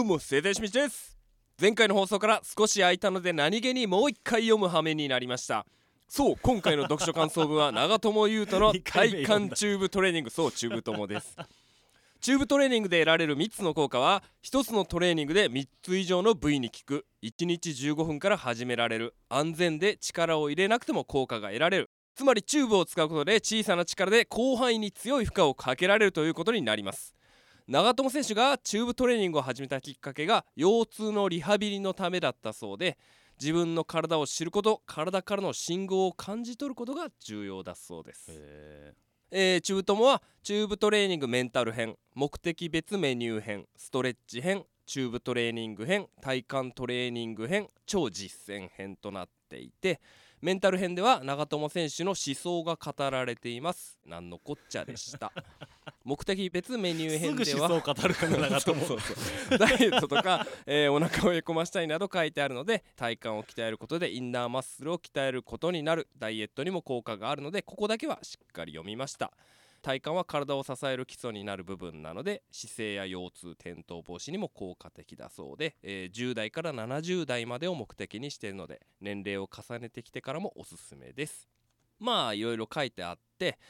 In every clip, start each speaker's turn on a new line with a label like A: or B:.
A: うも聖天しみちです前回の放送から少し空いたので何気にもう一回読む羽目になりましたそう今回の読書感想文は長友佑都の
B: 二回
A: 体
B: 目読ん
A: 幹
B: だ
A: チューブトレーニングそうチューブ友ですチューブトレーニングで得られる3つの効果は1つのトレーニングで3つ以上の部位に効く1日15分から始められる安全で力を入れなくても効果が得られるつまりチューブを使うことで小さな力で広範囲に強い負荷をかけられるということになります長友選手がチューブトレーニングを始めたきっかけが腰痛のリハビリのためだったそうで自分の体を知ること体からの信号を感じ取ることが重要だそうです
B: え
A: えー、チュートモはチューブトレーニングメンタル編目的別メニュー編ストレッチ編チューブトレーニング編体幹トレーニング編超実践編となっていてメンタル編では長友選手の思想が語られていますなんのこっちゃでした 目的別メニュー
B: す
A: 編
B: ぐ
A: で
B: 思想
A: は
B: 語るからなと思
A: そううそうそうダイエットとか、えーお腹をへこましたいなど書いてあるので体幹を鍛えることでインナーマッスルを鍛えることになるダイエットにも効果があるのでここだけはしっかり読みました体幹は体を支える基礎になる部分なので姿勢や腰痛転倒防止にも効果的だそうで、えー10代から70代までを目的にしているので年齢を重ねてきてからもおすすめですまあいろいろ書いてあって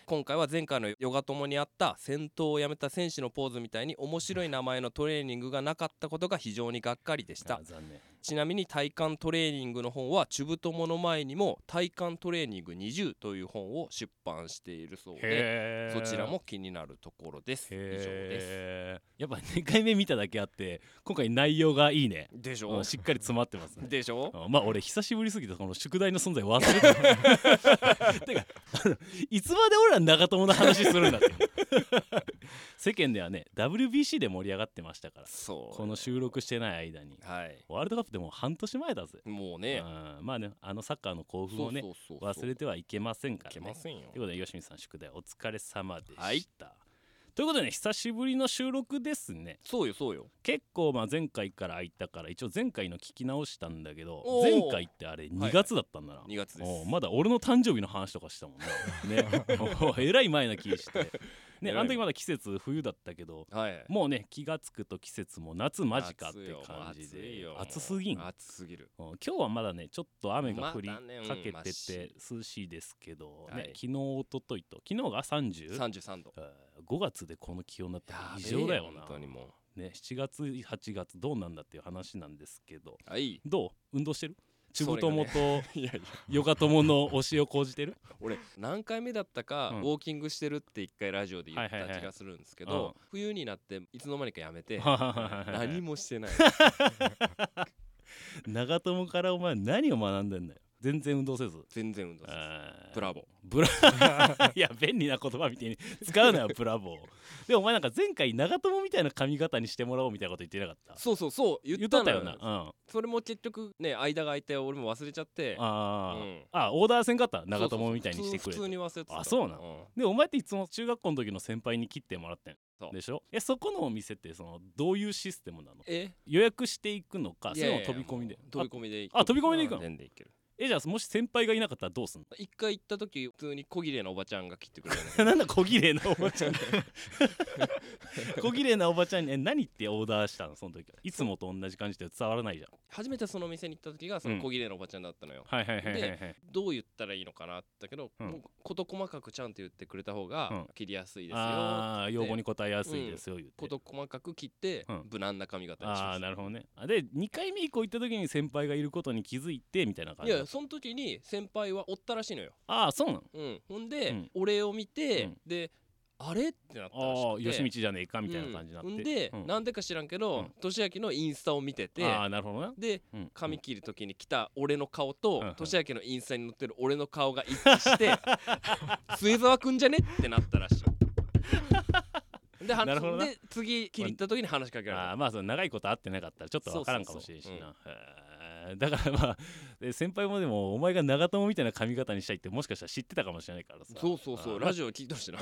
A: 今回は前回のヨガ友にあった戦闘をやめた選手のポーズみたいに面白い名前のトレーニングがなかったことが非常にがっかりでした
B: あ残念
A: ちなみに体幹トレーニングの本はチュブ友の前にも体幹トレーニング20という本を出版しているそうで
B: へ
A: そ
B: ー
A: ちらも気になるところです。以上です。
B: へーやっぱ2回目見ただけあって今回内容がいいね
A: でし
B: う
A: ょ
B: んしっかり詰まってますね
A: でしょ
B: うんまあ俺久しぶりすぎてこの宿題の存在忘 れてたてかあのいつまで俺ら長友の 話するんだって世間ではね WBC で盛り上がってましたから
A: そう。
B: この収録してない間に
A: はい。
B: ワールドカップでもう半年前だぜ、
A: もう
B: う
A: ね。
B: ん、まあねあのサッカーの興奮をね
A: そうそうそうそう
B: 忘れてはいけませんか
A: いけ
B: ら
A: ま
B: ね
A: せんよ
B: という。ことで吉見さん宿題お疲れ様でした、
A: はい
B: ということでね久しぶりの収録ですね
A: そうよそうよ。
B: 結構まあ前回から空いたから一応前回の聞き直したんだけど
A: おー
B: 前回ってあれ2月だったんだな、
A: 2月で
B: おう
A: す。
B: まだ俺の誕生日の話とかしたもん ねねおうえらい前な気してね
A: えらい
B: あの時まだ季節冬だったけど
A: はい。
B: もうね気がつくと季節も夏間近って感じ
A: 暑い
B: で
A: よ
B: 暑すぎん
A: 暑すぎる。
B: うん今日はまだねちょっと雨が降り
A: ま
B: か
A: だねうん
B: け
A: ま
B: て
A: して
B: 涼しいですけど、
A: は
B: ね
A: い
B: 昨日一昨日と昨日が 30?
A: 33度。
B: 5月でこの気温だった
A: や
B: ら
A: べ
B: 異
A: え
B: 常だよな
A: 本当にも
B: ね、7月8月どうなんだっていう話なんですけど
A: う。はい。
B: どう運動してる中
A: そ
B: 部
A: れがね
B: 友と
A: いやいや。
B: ヨガ友の推しを講じ てる
A: 俺何回目だったか、
B: うん
A: ウォーキングしてるって一回ラジオで言っ
B: はいはいは
A: た
B: い
A: 気がするんですけど、
B: うん
A: 冬になっていつの間にかやめ て。何
B: 何
A: もしてない
B: 長友からお前何を学んでんだよ全然運動せず
A: 全然運動せず
B: あー
A: ブラボー
B: ブラ いや便利な言葉みたいに使うなよブラボーでもお前なんか前回長友みたいな髪型にしてもらおうみたいなこと言ってなかった
A: そうそうそう言っ
B: 言ったと
A: の
B: ったよな、うん、あ
A: それも結局ね間が空いて俺も忘れちゃって
B: あー、
A: うん
B: あオーダーせんかった長友みたいにして
A: そ
B: く
A: うそう普
B: れ
A: 通普通に忘れてた
B: あそうな
A: の、
B: でお前っていつも中学校の時の先輩に切ってもらってん
A: そう
B: でしょえそこのお店ってそのどういうシステムなの
A: え
B: 予約していくのか
A: い
B: そ
A: やいやいや
B: れも飛び込みで
A: もう飛び込みで行く
B: あ飛び込みで行くの
A: 全然行ける
B: えじゃあもし先輩がいなかったらどうすん
A: 一回行った時普通に小綺麗なおばちゃんが切ってくれ る
B: のなんだ小綺麗なおばちゃん小綺麗なおばちゃんにえ何ってオーダーしたのその時はいつもと同じ感じで伝わらないじゃん
A: 初めてその店に行った時がその小綺麗なおばちゃんだったのよ、
B: はいはいはいはいはい
A: どう言ったらいいのかなだけど、
B: うん
A: もう事細かくちゃんと言ってくれた方
B: う
A: が
B: ん
A: 切りやすいですよ、
B: ああー要望に応えやすいですよ、言って
A: 事細かく切って、
B: うん
A: 無難な髪型にし
B: あ
A: ま
B: あ
A: す
B: なるほどねあで2回目以降行った時に先輩がいることに気づいてみたいな感
A: い
B: じ
A: やその時に先輩はおったらしいのよ
B: ああそうなの
A: うん、ほんで、
B: うん
A: 俺を見て、
B: うん
A: であれってなったらし
B: ああ
A: くて
B: 吉道じゃねえかみたいな感じになっ
A: う
B: て、
A: ん、んで、
B: うん
A: なんでか知らんけ
B: う
A: ど
B: ん
A: 俊明のインスタを見てて
B: ああなるほどな、
A: で
B: うん
A: 髪切る時に来た俺の顔と
B: うんうん
A: 俊明のインスタに載ってる俺の顔が一致して 末澤くんじゃねってなったらしいでは
B: なるほどな
A: で次切り行った時に話しかけられた、
B: あーまあその長いこと会ってなかったらちょっと分からんかもしれんしなへーだからまあえ先輩もでもお前が長友みたいな髪型にしたいってもしかしたら知ってたかもしれないからさ
A: そうそうそうラジオ聞いてほしいな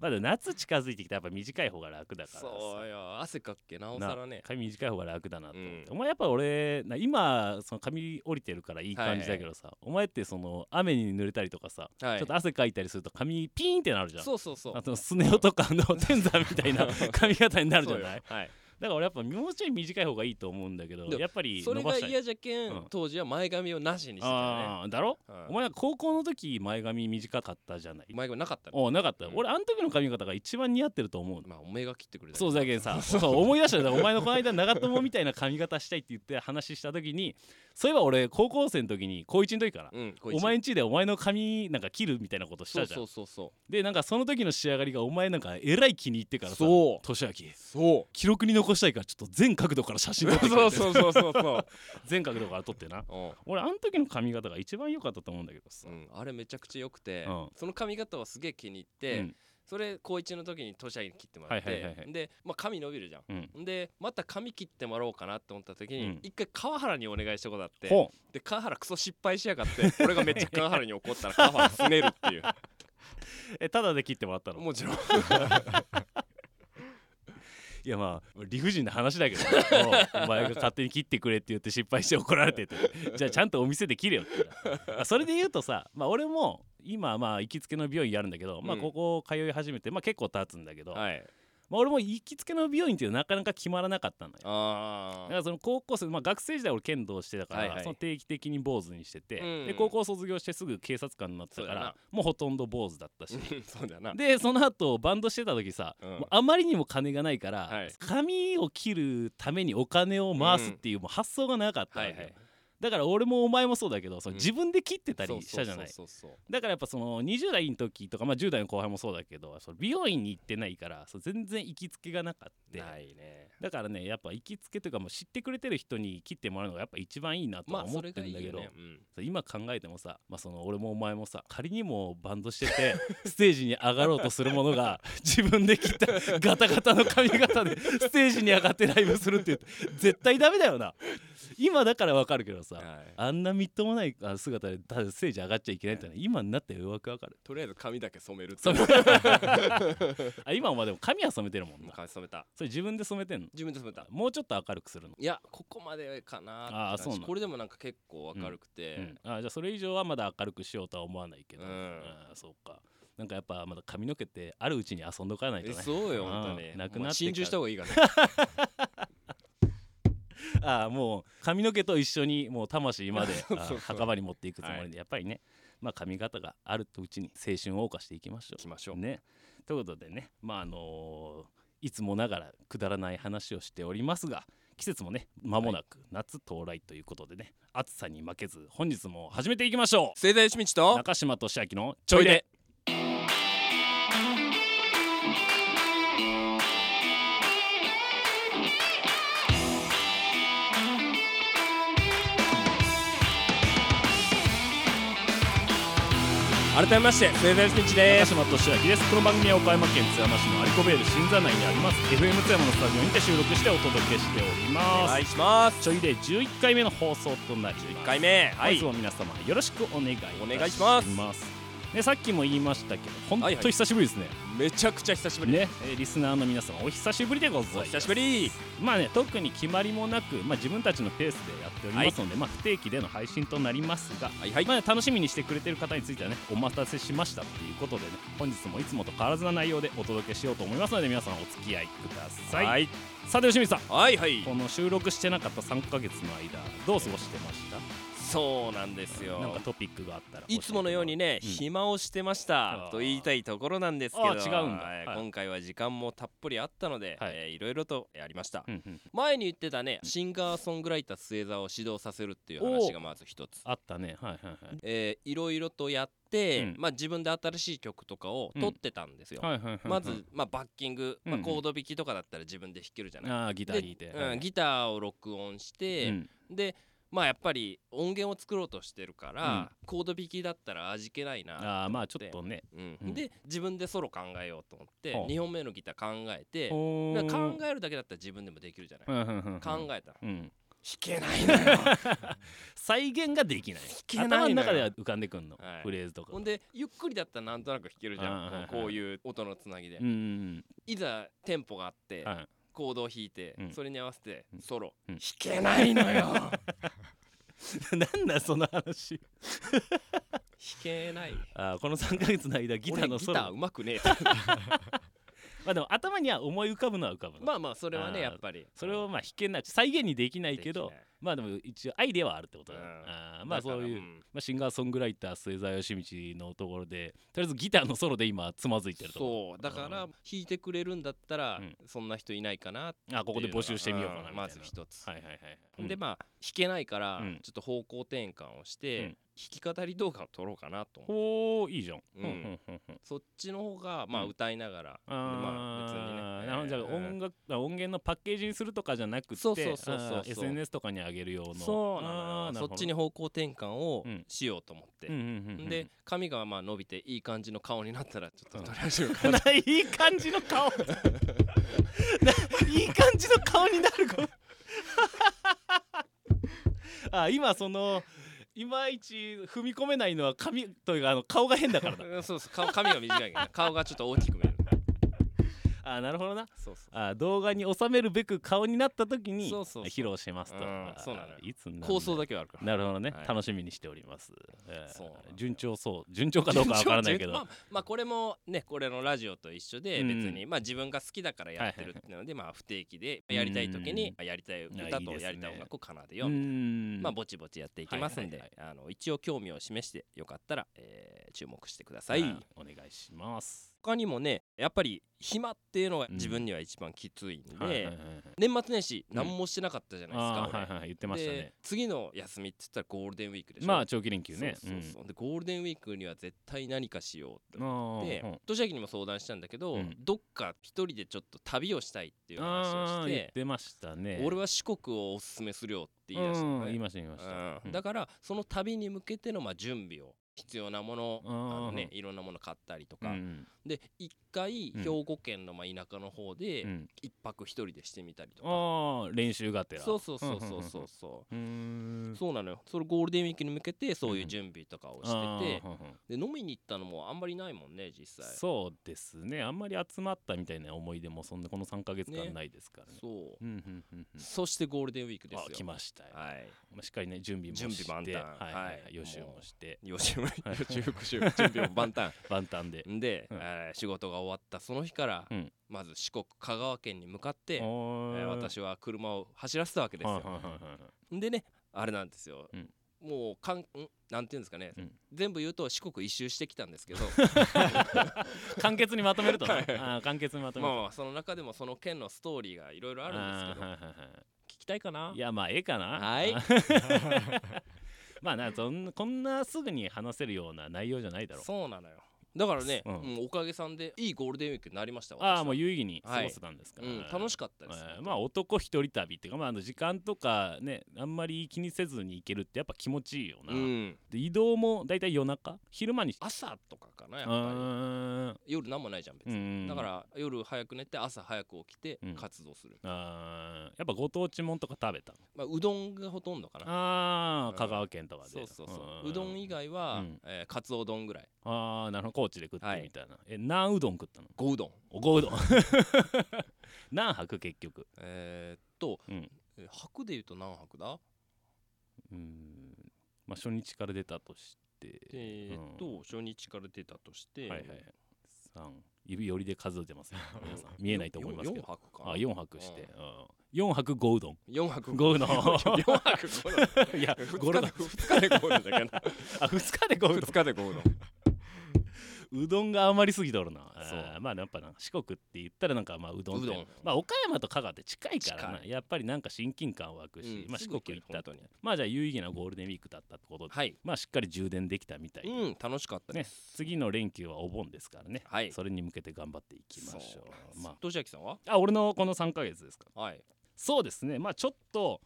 B: まだ夏近づいてきたらやっぱ短い方が楽だからさ
A: そうよ汗かっけなおさらね
B: 髪短い方が楽だなと思っ
A: う
B: て、お前やっぱ俺な今その髪降りてるからいい感じだけどさ、お前ってその雨に濡れたりとかさ、
A: はい
B: ちょっと汗かいたりすると髪ピーンってなるじゃん
A: そうそうそう
B: あとスネ夫とかの天山みたいな髪型になるじゃ
A: そう
B: な
A: よ
B: い
A: はい
B: だから俺やっぱもうちょい短い方がいいと思うんだけど
A: でも
B: やっぱり
A: それ
B: 伸ば
A: が
B: したい
A: 嫌じゃけん、
B: うん
A: 当時は前髪をなしにしてたよね
B: ああだろ、
A: うん
B: お前は高校の時前髪短かったじゃない
A: 前髪なかったね
B: おうなかった、
A: うん
B: 俺あの時の髪型が一番似合ってると思うの
A: まあおめえが切ってくれたけ
B: そ
A: ど
B: うだけ どさそう思い出したよだからお前のこの間長友みたいな髪型したいって言って話した時にそういえば俺高校生の時に高1の時から、
A: うんこいつ
B: お前ん家でお前の髪なんか切るみたいなことしたじゃん
A: そうそうそう
B: でなんかその時の仕上がりがお前なんかえらい気に入ってからさ
A: そう
B: 年明
A: そう
B: 記録に残したいからちょっと全角度から写真撮ってくれ
A: そうそうそうそうそう
B: 全角度から撮ってな
A: うん
B: 俺あの時の髪型が一番良かったと思うんだけどさ、
A: うん、あれめちゃくちゃ良くて、
B: うん
A: その髪型はすげえ気に入っ
B: う
A: て、
B: ん
A: それ高一の時にトシャに切ってもらって、
B: はいはいはいは
A: で、まあ、髪伸びるじゃん
B: うん
A: でまた髪切ってもらおうかなって思った時に、
B: うん
A: 一回川原にお願いしたことあって
B: ほん
A: で川原クソ失敗しやがって俺がめっちゃ川原に怒ったら川原すねるって いう
B: えただで切ってもらったの
A: もちろん
B: いやまあ理不尽な話だけどねもうお前が勝手に切ってくれって言って失敗して怒られててじゃあちゃんとお店で切れよって 言うからそれで言うとさ、まあ、俺も今まあ行きつけの美容院やるんだけど、まあ、
A: うん
B: ここ通い始めて、まあ、結構経つんだけど、
A: はい
B: まあ、俺も行きつけの美容院っていうのはなかなか決まらなかったのよ。
A: ああ
B: だからその高校生、まあ、学生時代俺剣道してたから、
A: はいはい
B: その定期的に坊主にしてて、
A: うん
B: で高校卒業してすぐ警察官になった
A: そう
B: か
A: だな
B: らもうほとんど坊主だったし、
A: そうだ な
B: でその後バンドしてた時さ、
A: うん
B: もうあまりにも金がないから、
A: はい
B: 髪を切るためにお金を回すっていう,、もう発想がなかったわ
A: は
B: け
A: い
B: よ、
A: はい
B: だから俺もお前もそうだけどその
A: うん
B: 自分で切ってたりしたじゃない、
A: そうそうそう
B: だからやっぱその20代の時とか、まあ、10代の後輩もそうだけどその美容院に行ってないからそう全然行きつけがなかっ
A: そ
B: た
A: うないね
B: だからねやっぱ行きつけというかもう知ってくれてる人に切ってもらうのがやっぱ一番いいなと
A: まあ
B: は思っ
A: そ
B: て
A: れがい
B: るんだ
A: い
B: け
A: よ
B: ど、
A: ね、うん、
B: そう今考えてもさ、まあ、その俺もお前もさ仮にもバンドしてて ステージに上がろうとするものが 自分で切った ガタガタの髪型で ステージに上がってライブするって言う絶対ダメだよな今だからわかるけどさ
A: はい
B: あんなみっともないあ姿でただステージ上がっちゃいけないってのは今になってよくわかる
A: とりあえず髪だけ染めるって
B: 染めあ今はまあでも髪は染めてるもん
A: もう
B: な
A: 髪染めた
B: それ自分で染めてんの
A: 自分で染めた
B: もうちょっと明るくするの
A: いやここまでかなって
B: あー
A: 感じ
B: そうなん
A: これでもなんか結構明るくて、
B: うん、あじゃあそれ以上はまだ明るくしようとは思わないけど、
A: うん
B: あそうかなんかやっぱまだ髪の毛ってあるうちに遊んどかないと
A: え
B: ね
A: そうよ本当
B: う
A: に
B: んなく
A: も
B: なってから
A: う心中した方がいいからね
B: ああもう髪の毛と一緒にもう魂ま で
A: そうそうそう
B: あ墓場に持っていくつもりで、
A: は
B: やっぱりね、まあ、髪型があるとうちに青春を謳歌していきまし
A: 行
B: ょ
A: きましょ
B: う。
A: う、
B: ね、ということでねまああのーいつもながらくだらない話をしておりますが季節もね間もなく夏到来ということでね、暑さに負けず本日も始めていきましょ
A: 盛大清水
B: う
A: と
B: 中島俊明のちょいで
A: 改めまして盛大清水で
B: 高
A: す
B: 島俊明ですこの番組は岡山県津山市の有子ベール新座内にあります FM 津山のスタジオにて収録してお届けしており
A: お
B: ます、
A: 願いします
B: ちょいで11回目の放送となります
A: 1回目は
B: はい、
A: い
B: 本日も皆様よろしくお願いいた
A: お願いします
B: ね、さっきも言いましたけど本
A: はい
B: 当
A: はい
B: 久しぶりですね、
A: めちゃくちゃ久しぶり
B: ね、えーリスナーの皆様お久しぶりでございます
A: お久しぶり
B: まあね特に決まりもなく、まあ、自分たちのペースでやっておりますので、まあ、不定期での配信となりますが
A: はいはい
B: まあ、楽しみにしてくれてる方についてはねお待たせしましたっていうことでね本日もいつもと変わらずな内容でお届けしようと思いますので皆さんお付き合いください、
A: はい
B: さて吉水さん
A: はいはい
B: この収録してなかった3ヶ月の間どう過ごしてました
A: そうなんです
B: なんか
A: よ
B: トピックがあったら教えて
A: いつものようにね、
B: うん
A: 暇をしてまし
B: あ
A: た
B: ー
A: と言いたいところなんですけど
B: あー違うんだ
A: はい
B: はい
A: 今回は時間もたっぷりあったので、
B: はい
A: いえーいろいろとやりました、
B: うんうん
A: 前に言ってたねシンガーソングライター末澤を指導させるっていう話がまず一つ
B: あったねはいはいはい
A: えーいろいろとやって、
B: うん
A: まあ、自分で新しい曲とかを撮ってたんですよ、
B: はいはいはいはい
A: まず、まあ、バッキング、ま
B: う
A: あ、
B: ん
A: コード弾きとかだったら自分で弾けるじゃない、
B: あーギター弾いて
A: でうん、ギターを録音して、
B: うん
A: でまあやっぱり音源を作ろうとしてるから、コード弾きだったら味気ないな、
B: あーまあちょっとね
A: うん
B: うん
A: で自分でソロ考えようと思って
B: ほう
A: 2本目のギター考えて
B: ほ
A: だ
B: ー
A: から考えるだけだったら自分でもできるじゃない、
B: うんうんうんうん
A: 考えたら弾
B: うん
A: けないの よ
B: 再現ができない
A: けないのよ
B: 頭の中では浮かんでくんの、
A: はい
B: フレーズとか
A: ほんでゆっくりだったらなんとなく弾けるじゃ
B: あーはいは
A: ん
B: い
A: こういう音のつなぎで
B: うんうん
A: いざテンポがあって
B: うんはい
A: コードを弾いて
B: うん
A: それに合わせて
B: うん
A: ソロ
B: うん
A: 弾けないの よ弾
B: なんだその話
A: けない
B: あーこの3ヶ月の間ギターの
A: 俺ギ
B: ソ
A: ター
B: ロ
A: うまくねえ
B: まあでも頭には思い浮かぶのは浮かぶ の、
A: まあまあそれはね
B: あー
A: やっぱり
B: それをまあ引けない再現にできないけど
A: できない
B: まあでも一応アイデアはあるってことだ、ね
A: うん
B: あーまあそういう、
A: ん
B: まあ、シンガーソングライター末澤義道のところでとりあえずギターのソロで今つまずいてるとこ
A: そうだか
B: う
A: ら弾いてくれるんだったら、
B: うん
A: そんな人いないかなって
B: あここで募集してみようかなみたいな、
A: んまず一つ、
B: はいはいはい
A: でまあ弾けないから、
B: うん
A: ちょっと方向転換をして、
B: うん
A: 弾き語り動画を撮ろうかなと思う
B: おおいいじゃん、
A: うん
B: うんうんうん
A: そっちの方がまあ
B: うん
A: 歌いながら、でまあ別にね
B: あーなるほどじゃあ
A: えー
B: 音楽あ音源のパッケージにするとかじゃなくて
A: そうそうそうそう
B: あー SNS とかに上げる用の
A: そうなの
B: あ
A: よ
B: ーな
A: そ
B: る
A: っ
B: ほど
A: ちに方向転換を
B: うん
A: しようと思って、
B: うんうんうんうん
A: で髪がまあ伸びていい感じの顔になったらちょっと
B: うん
A: 撮 り始めようかな
B: ないい感じの顔ないい感じの顔になる子 あ今そのいまいち踏み込めないのは髪というかあの顔が変だからだ
A: うんそうそう顔髪が短いけどね顔がちょっと大きく見える
B: あなるほどな
A: そうそう
B: あ動画に収めるべく顔になった時に
A: そうそうそう
B: 披露しますと
A: うん
B: あ
A: そうなのよ
B: いつになるんだ
A: 構想だけはあるから
B: なるほどね、
A: はい
B: 楽しみにしております、えー
A: そうなんだよ
B: 順調そう順調かどうかわか らないけど
A: まあ、まあこれもねこれのラジオと一緒で
B: うん
A: 別に、まあ自分が好きだからやってるっていうので、まあ不定期でやりたい時にやりたい歌
B: いやいい
A: と
B: ですね
A: やりたい音楽を奏で
B: う
A: よう、
B: ん
A: まあぼちぼちやっていきますんで、
B: はいはい
A: あの一応興味を示してよかったら、えー注目してください、
B: あお願いします
A: 他にもねやっぱり暇っていうのが
B: うん
A: 自分には一番きついんで、
B: はいはいはいはい
A: 年末年始何もしてなかったじゃないですか、
B: あー
A: 俺
B: はいはい言ってましたね
A: で次の休みって言ったらゴールデンウィークでしょ
B: まあ長期連休ね
A: そうそうそうでゴールデンウィークには絶対何かしようと
B: うんあ
A: で
B: ー
A: 年明けにも相談したんだけど、
B: うん
A: どっか一人でちょっと旅をしたいっていう話を
B: あ
A: し
B: ー言っててましたね
A: 俺
B: は
A: は四国をおすすめするよって言い出したの
B: 言
A: ね、
B: いました言いまし
A: う
B: た
A: ん
B: うん
A: だからその旅に向けてのまあ準備を必要なもの
B: あ
A: あ
B: ー
A: の、ね、いろんなもの買ったりとか、
B: うん
A: で一回
B: うん
A: 兵庫県のまあ田舎の方
B: う
A: で
B: ん
A: 一泊一人でしてみたりとか、
B: ああ練習がてら
A: そうそうそうそうそうそう、
B: うん
A: そうなのよそれゴールデンウィークに向けてそういううん準備とかを
B: あ
A: し
B: ー
A: てて
B: う、んうん
A: で飲みに行ったのもあんまりないもんね実際
B: そうですねあんまり集まったみたいな思い出もそんなこの3か月
A: ね
B: 間ないですからね
A: そう
B: うんうんうんうん
A: そしてゴールデンウィークですよ
B: あ来ましたよ
A: はい
B: まあしっかりね準備もして
A: 準備万端
B: はいはいはい
A: はい
B: 予習もして
A: 予習も
B: はい
A: 予習復習も準備も万 端
B: 万端で
A: んで、
B: うん
A: えー仕事が終わったその日から、
B: うん
A: まず四国香川県に向かって、えー
B: ー
A: 私は車を走らせたわけです
B: はい
A: よ
B: はい、はいはいはい
A: んでねあれなんですよ、
B: うん
A: もうかんんなんていうんですかね、
B: うん
A: 全部言うと四国一周してきたんですけ ど
B: 簡潔にまとめるとね
A: はい
B: あー簡潔にまとめ
A: まあま
B: ると
A: あその中でもその県のストーリーがいろいろあるんですけど
B: あーはいはいはい
A: 聞きたいかない
B: やまあええかな
A: はい
B: まあなそんこんなすぐに話せるような内容じゃないだろう
A: そうなのよだからね、
B: うん
A: うんおかげさんでいいゴールデンウィークになりました
B: ああ
A: 私は
B: もう有意義に過ごせたんですか
A: う
B: ら、
A: ん、楽しかったです、
B: えーまあ男一人旅っていうか、まあ、あの時間とかねあんまり気にせずに行けるってやっぱ気持ちいいよな、
A: うん、
B: で移動もだいたい夜中昼間にし
A: 朝とかかなやっ
B: う
A: ぱ
B: ーん
A: り夜なんもないじゃん別
B: う
A: に、
B: ん
A: だから夜早く寝て朝早く起きて
B: うん
A: 活動する、
B: あーやっぱご当地もんとか食べた
A: まあ、うどんがほとんどかな
B: あ
A: う
B: ー
A: ん
B: 香川県とかで
A: そうそうそう
B: ー
A: うどん以外は、
B: うん
A: えーカツオ丼ぐらい
B: ああなるほど高知で食ってみたいな、え何うどん食ったの
A: ごうどん
B: おごうどん 何泊結局
A: えーっと、
B: うん
A: えー白で言うと何白だ
B: うーんまあ初日から出たとして
A: えーっと、
B: うん
A: 初日から出たとして、
B: はいはいはい3指よりで数え てますよ皆さん見えないと思いますけど
A: 4泊かな
B: あ4泊して、うん、4泊5うどん
A: 4泊
B: 5うどん
A: 4泊5だ
B: いや
A: 2
B: ゴロ
A: 日
B: だ
A: で2日で5だけど
B: あ2日で5うど
A: 2日で5だ
B: んうどんが余りすぎとるなあ
A: そう
B: ーまあやっぱなんか四国って言ったらなんかまあうどんって
A: うどん
B: まあ岡山と香川って近いからな
A: 近
B: やっぱりなんか親近感湧くし、
A: うん
B: まあ、
A: す
B: 四
A: ぐ
B: 国
A: 行ける
B: 行ったと
A: 本当に
B: まあじゃあ有意義なゴールデンウィークだったってことで、
A: はい
B: まあしっかり充電できたみたいで、
A: うん楽しかったで
B: ね
A: す、、
B: 次の連休はお盆ですからね、
A: はい
B: それに向けて頑張っていきましょ
A: そううなんで。す
B: ま
A: としあきさんは
B: あ、あ俺のこの3ヶ月ですか。
A: はい
B: そうですね、まあちょっと、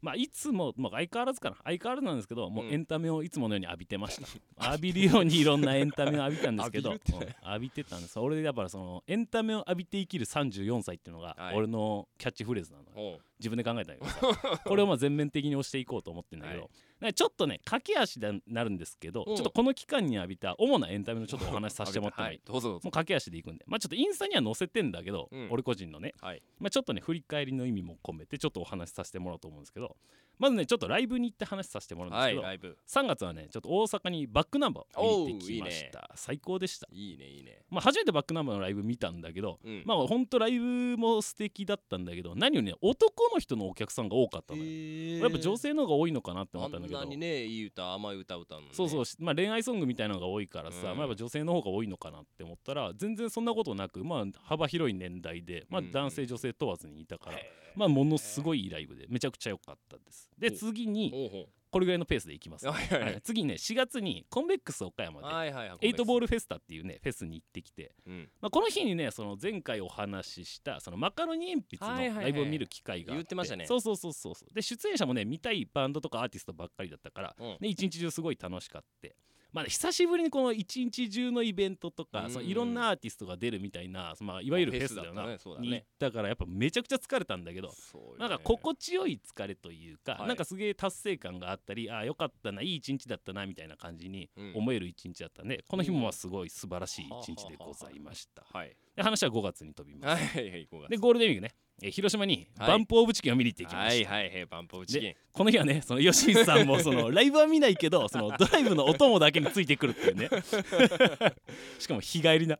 B: まあ、いつも、まあ、相変わらずかな、相変わらずなんですけど、もう
A: うん
B: エンタメをいつものように浴びてました。 浴びるようにいろんなエンタメを浴びたんですけど、
A: 浴びるっ
B: う
A: て
B: ん浴びてたんです。俺、だからそのエンタメを浴びて生きる34歳っていうのが
A: は、い
B: 俺のキャッチフレーズなのよ。
A: おう
B: 自分で考えたんだけどさこれをまあ全面的に押していこうと思ってんだけど、
A: はい
B: なんかちょっとね駆け足になるんですけど、
A: うん
B: ちょっとこの期間に浴びた主なエンタメのちょっとお話しさせてもらってもいい、
A: はいどうぞどう
B: も
A: ぞ
B: う駆け足でいくんでまあちょっとインスタには載せてんだけど、
A: うん
B: 俺個人のね、
A: はい
B: まあ、ちょっとね振り返りの意味も込めてちょっとお話しさせてもらおうと思うんですけど、まずねちょっとライブに行って話させてもらうんです
A: は
B: け
A: い
B: ど、
A: ライブ
B: 3月はねちょっと大阪にバックナンバーを見に行ってきま
A: おういい
B: し
A: ね
B: た最高でした、
A: いいねいいね
B: まあ、初めてバックナンバーのライブ見たんだけど、
A: うん
B: まあほんとライブも素敵だったんだけど何よりね男の人のお客さんが多かったのよ、
A: や
B: やっぱ女性の方が多いのかなって思ったんだけど
A: あんなにねいい歌甘い歌歌うのね
B: そうそうう、しまあ、恋愛ソングみたいなのが多いからさ、
A: うん
B: まあ、やっぱ女性の方が多いのかなって思ったら全然そんなことなく、まあ、幅広い年代で、まあ
A: うんう、ん
B: 男性女性問わずにいたから、
A: へ
B: まあ、ものすごいいいライブでめちゃくちゃ良かったですで
A: お
B: 次に
A: おうほ
B: これぐらいのペースでいきます、
A: う はいはいは
B: はいい次にね4月にコンベックス岡山で、
A: はいはいはい
B: エイトボー
A: ル
B: ルフェスタっていうねフェスに行ってきて、
A: うん
B: まあ、この日にねその前回お話ししたそのマカロニ鉛
A: はいはい
B: 筆の
A: はい
B: ライブを見る機会があ
A: 言ってましたね
B: そうそうそうそうそうで出演者もね見たいバンドとかアーティストばっかりだったから、
A: うん
B: ね、一日中すごい楽しかった。まあね、久しぶりにこの一日中のイベントとか、
A: うん
B: そのいろんなアーティストが出るみたいな、まあ、いわゆるフェスだよな
A: フェスだったねそうだね
B: に行ったからやっぱめちゃくちゃ疲れたんだけど
A: そうよね
B: なんか心地よい疲れというか、
A: はい
B: なんかすげえ達成感があったりああよかったないい一日だったなみたいな感じに
A: うん
B: 思える一日だったんで、この日もまあすごい素晴らしい一日でございました、
A: はい
B: で話は5月に飛びます、
A: はいはいはい五月
B: でゴールデンウィークねえー広島に
A: はい
B: バンプ・オブ・チキンを見に行ってきました、
A: はいはいはいバンポブチキン
B: この日はねその吉井さんも そのライブは見ないけどそのドライブのお供だけについてくるっていう ねしかも日帰りな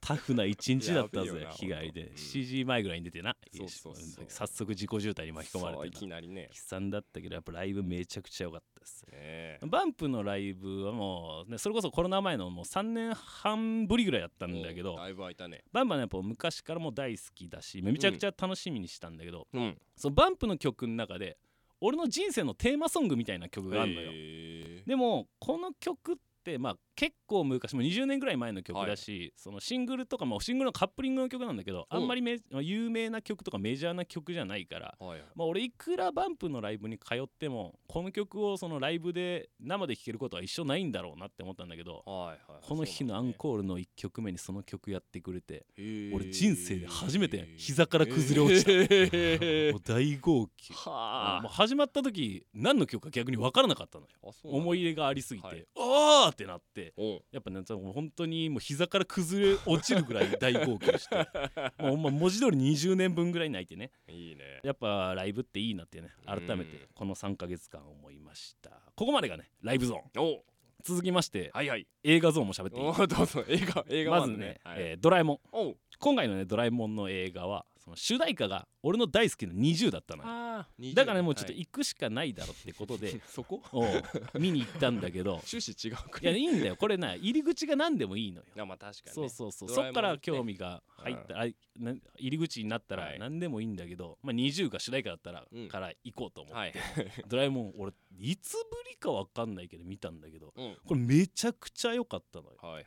B: タフな一日だった
A: やべえ
B: ぜ
A: よな
B: 日帰りで
A: ほんとうん
B: 7時前ぐらいに出てな
A: そうそうそう
B: 早速自己渋滞に巻き込まれて
A: そうい
B: な
A: きなりね
B: 悲惨だったけどやっぱライブめちゃくちゃ良かったです
A: ねえ
B: バンプのライブはもう、ね、それこそコロナ前のもう3年半ぶりぐらいだったんだけ
A: お
B: ど
A: だいぶ空いたね
B: バンプはねやっぱ昔からもう大好きだしめちゃくちゃ楽しみにしたんだけど、
A: うん
B: そのバンプの曲の中で俺の人生のテーマソングみたいな曲があるのよ、
A: へえ
B: でもこの曲ってまあ結構昔もう20年ぐらい前の曲だし、そのシングルとか、まあ、シングルのカップリングの曲なんだけど
A: うん
B: あんまりめ、まあ有名な曲とかメジャーな曲じゃないから、
A: はいはい
B: まあ、俺いくらバンプのライブに通ってもこの曲をそのライブで生で聴けることは一緒ないんだろうなって思ったんだけど
A: はいはい
B: この日のアン
A: ー
B: コールの1曲目にその曲やってくれて
A: ル
B: 俺人生で初めて膝から崩れ 落ちた もう大号泣
A: は
B: もう始まった時何の曲か逆に分からなかったのよ
A: あそうなんだ
B: 思い入れがありすぎて、
A: はい
B: あーってなって
A: おう
B: やっぱねその本当にもう膝から崩れ落ちるぐらい大号泣してもうほんま文字通り20年分ぐらい泣いてね
A: いいね
B: やっぱライブっていいなってね改め
A: うん
B: てこの3ヶ月間思いましたここまでがねライブゾーン
A: お
B: 続きまして
A: はいはい
B: 映画ゾーンも喋ってい
A: お
B: いう
A: どうぞ映画映画
B: ま
A: あ
B: ず
A: る
B: ね、
A: はい
B: えードラえもん
A: おう
B: 今回のねドラえもんの映画はその主題歌が俺の大好きな20だったのよ
A: あー
B: だからねもうちょっと
A: はい
B: 行くしかないだろってこと で、
A: そこ
B: おう見に行ったんだけ ど
A: 趣旨違うく
B: いやいいんだよこれな入り口が何でもいいのよ、
A: やまあ確かに
B: そう
A: ね
B: そうそう
A: ドラ
B: そ
A: えもん
B: っから興味が入ったら、あいな入り口になった
A: は
B: ら
A: い
B: 何でもいいんだけど、まあ、20が主題歌だったら、
A: うん
B: から行こうと思う、
A: はい
B: ドラえもん俺いつぶりか分かんないけど見たんだけど
A: うんはい
B: これめちゃくちゃ良かったのよ
A: はいはい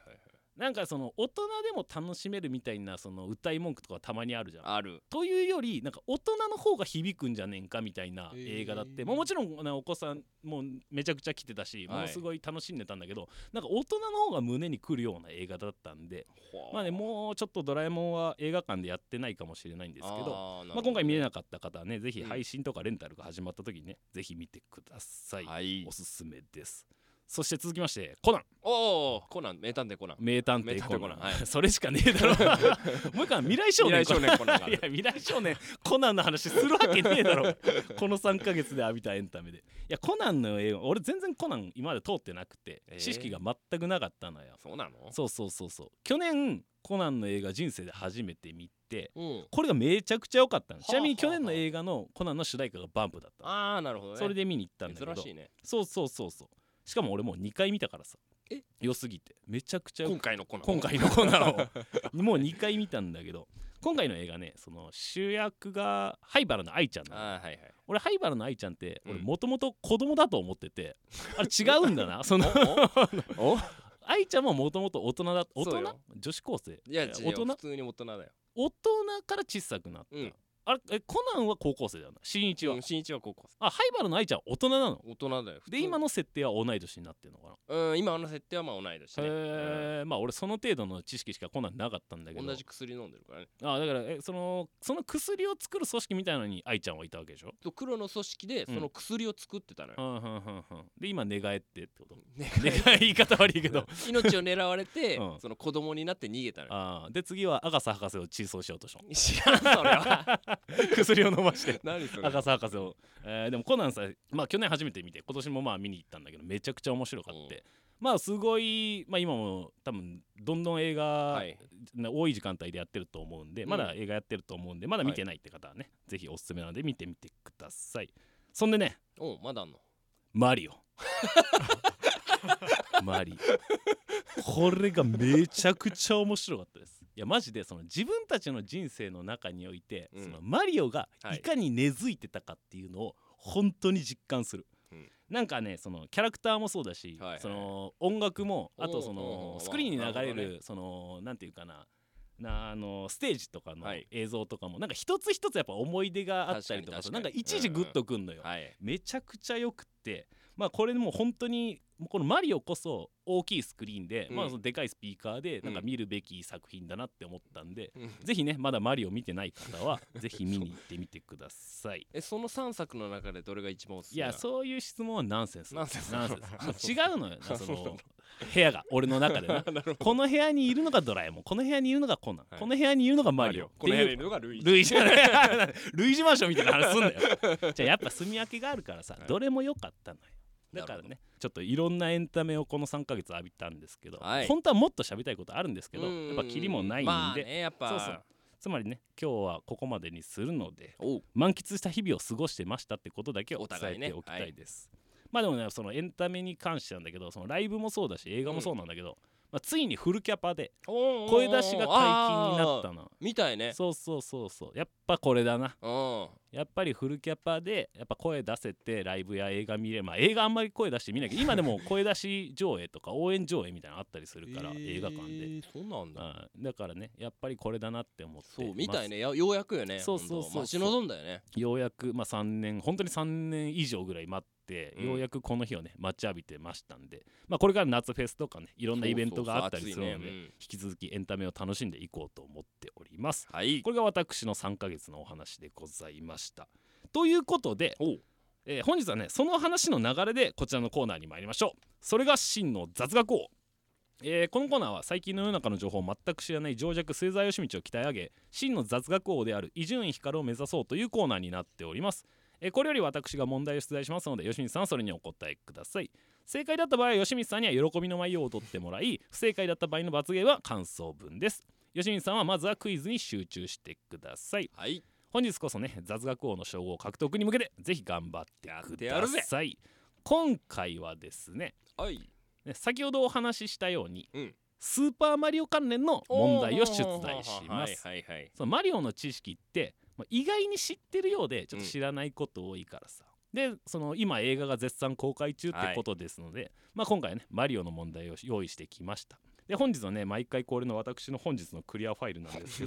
B: なんかその大人でも楽しめるみたいなその歌い文句とかたまにあるじゃん
A: ある
B: というよりなんか大人の方が響くんじゃねんかみたいな
A: へー
B: 映画だって、まあもちろんねお子さんもめちゃくちゃ来てたし、
A: はい
B: ものすごい楽しんでたんだけどなんか大人の方が胸にくるような映画だったんでまあねもうちょっと「ドラえもん」は映画館でやってないかもしれないん
A: う
B: ですけど。まあ、今回見れなかった方はねぜひ
A: うん
B: 配信とかレンタルが始まった時にね、ぜひ見てください、
A: はい
B: おすすめですそして続きましてコナン
A: おおコナン名探偵コナン
B: 名探偵コナン
A: 名探偵コナンはい
B: それしかねえだろ もう一回未来少年
A: 未来少年コナンがあ
B: い
A: る
B: や未来少年コナンの話するわけねえだろ この3ヶ月で浴びたエンタメでいやコナンの映画俺全然コナン今まで通ってなくて、
A: えー
B: 知識が全くなかったのよ
A: そうなの
B: そうそうそうそう去年コナンの映画人生で初めて見て
A: うん
B: これがめちゃくちゃ良かったの
A: はあ
B: ちなみに去
A: はあ
B: 年の映画のコナンの主題歌がバンプだったの
A: ああなるほどね
B: それで見に行ったんだけど
A: 珍しいね
B: そうそうそうそうしかも俺もう2回見たからさ
A: え
B: 良すぎてめちゃくちゃ良く
A: 今回のコナン
B: 今回のコーナーをもう2回見たんだけど今回の映画ねその主役が灰原の愛ちゃんなの
A: あーはいはい
B: 俺灰原の愛ちゃんって
A: うん
B: 俺もともと子供だと思ってて、あれ違う んだなその
A: おお
B: 愛ちゃんももともと大人だ大
A: そう
B: 人
A: よ
B: 女子高生
A: いや違う
B: え大
A: 普
B: 人
A: 通に大人だよ
B: 大人から小さくなった、
A: うん
B: あれえコナンは高校生だよな新一は、
A: うん新一は高校
B: あ灰原の愛ちゃんは大人なの
A: 生大人だよ普通
B: で今の設定は同い年になってるのかな
A: うん今の設定はまあ同い年ねうん
B: へえまあ俺その程度の知識しかコナンなかったんだけど
A: 同じ薬飲んでるからね
B: あだからえそのその薬を作る組織みたいなのに愛ちゃんはいたわけでしょ、
A: と黒の組織でその薬を作ってたの
B: う
A: よ、
B: んうんうんうん、で今寝返ってって こと
A: ね
B: 寝返言い方悪いけ ど
A: 命を狙われて、
B: うん
A: その子供になって逃げたのよ
B: あーで次はアガサ博士を追走しようとしたの
A: 知らんそれは
B: 薬を飲 まして
A: 何それ
B: 赤瀬博士を、えーでもコナンさん、まあ、去年初めて見て今年もまあ見に行ったんだけどめちゃくちゃ面白かって、まあすごい、まあ、今も多分どんどん映画
A: はい
B: な多い時間帯でやってると思うんで、
A: うん
B: まだ映画やってると思うんでまだ見てないって方はね、ぜひおすすめなので見てみてくださいそんでね
A: おうまだあんの
B: マリオ マリオこれがめちゃくちゃ面白かったですいやマジでその自分たちの人生の中において、
A: うん
B: そのマリオが
A: はい
B: いかに根付いてたかっていうのを本当に実感する、
A: うん
B: なんかねそのキャラクターもそうだし、
A: はいはい
B: その音楽もあとそ
A: おーおーお
B: の
A: ー
B: スクリーンに流れ
A: なるほ
B: るそのなんていうかななあのステージとかの
A: はい
B: 映像とかもなんか一つ一つやっぱ思い出があったりと
A: 確かに
B: か
A: 確か
B: なん
A: に
B: か一時グッとくんのよ、
A: はい
B: めちゃくちゃ良くってまあこれもう本当にこの「マリオ」こそ大きいスクリーンで、
A: うん
B: まあそのでかいスピーカーでなんか
A: うん
B: 見るべき作品だなって思ったんで、
A: うん
B: ぜひねまだ「マリオ」見てない 方はぜひ見に行ってみてください。
A: えその三作の中でどれが一番おすす
B: い
A: めなの
B: やそういう質問はナンセンス
A: ナンセンス
B: スもう違うのよなそ
A: そうなん
B: の部屋が俺の中でなこの部屋にいるのがドラえもんこの部屋にいるのがコナン、
A: はい
B: この部屋にいるのがマリオ
A: この
B: っ
A: 辺
B: てい
A: にいうるのがルイージ
B: 類似じゃない類似マンションみたいな話すんだよ じゃあやっぱ住み分けがあるからさ、
A: はい
B: どれも良かったのよだ
A: な
B: か
A: るほ
B: ら
A: ど
B: ねちょっといろんなエンタメをこの3ヶ月浴びたんですけど、
A: はい
B: 本当はもっと喋りたいことあるんですけど
A: うんうんうん
B: やっぱキリもないんで、
A: まあねやっぱ
B: そうそうつまりね今日はここまでにするので
A: おう
B: 満喫した日々を過ごしてましたってことだけを
A: お
B: 伝
A: 互
B: え
A: いね
B: ておきたいです、まあでもねそのエンタメに関してなんだけどそのライブもそうだし映画もそうなんだけど、まあ、ついにフルキャパで声
A: 声
B: 出しが解禁になったたの
A: みたいね
B: そうそうそうそうやっぱこれだな
A: うん
B: やっぱりフルキャパでやっぱ声出せてライブや映画見れまあ映画あんまり声出して見ないけど今でも声出し上映とか応援上映みたいなのあったりするから、
A: えー
B: 映画館で、
A: そうなんだ
B: あだからねやっぱりこれだなって思って
A: そうみたいねやようやくよね
B: そうそうそう
A: ほんと待ち望んだよね
B: まあようやく、まあ、3年本当に3年以上ぐらい待って、
A: うん
B: ようやくこの日をね待ちわびてましたんで、まあ、これから夏フェスとかねいろんなイベントがあったりするので
A: そうそうそう暑いねうん
B: 引き続きエンタメを楽しんでいこうと思っております
A: はい
B: これが私の3ヶ月のお話でございました。ということで、えー本日はねその話の流れでこちらのコーナーに参りましょう。それが真の雑学王。えーこのコーナーは最近の世の中の情報を全く知らない情弱末澤義道を鍛え上げ真の雑学王である伊集院光を目指そうというコーナーになっております。えーこれより私が問題を出題しますので吉光さんはそれにお答えください。正解だった場合は吉光さんには喜びの舞を踊ってもらい不正解だった場合の罰ゲーは感想文です。吉見さんはまずはクイズに集中してください
A: はい
B: 本日こそね雑学王の称号獲得に向けてぜひ頑張って
A: やっ
B: く
A: てや
B: だ
A: るぜ
B: さい今回はですね
A: はい
B: ね先ほどお話ししたように、
A: うん
B: スーパーマリオ関連の問題を出題します
A: はい はいはい
B: そのマリオの知識ってまあ意外に知ってるようでちょっと知らないこと多いからさ、でその今映画が絶賛公開中ってことですので、まあ、今回はねマリオの問題を用意してきましたで本日のね毎回恒例の私の本日のクリアファイルなんです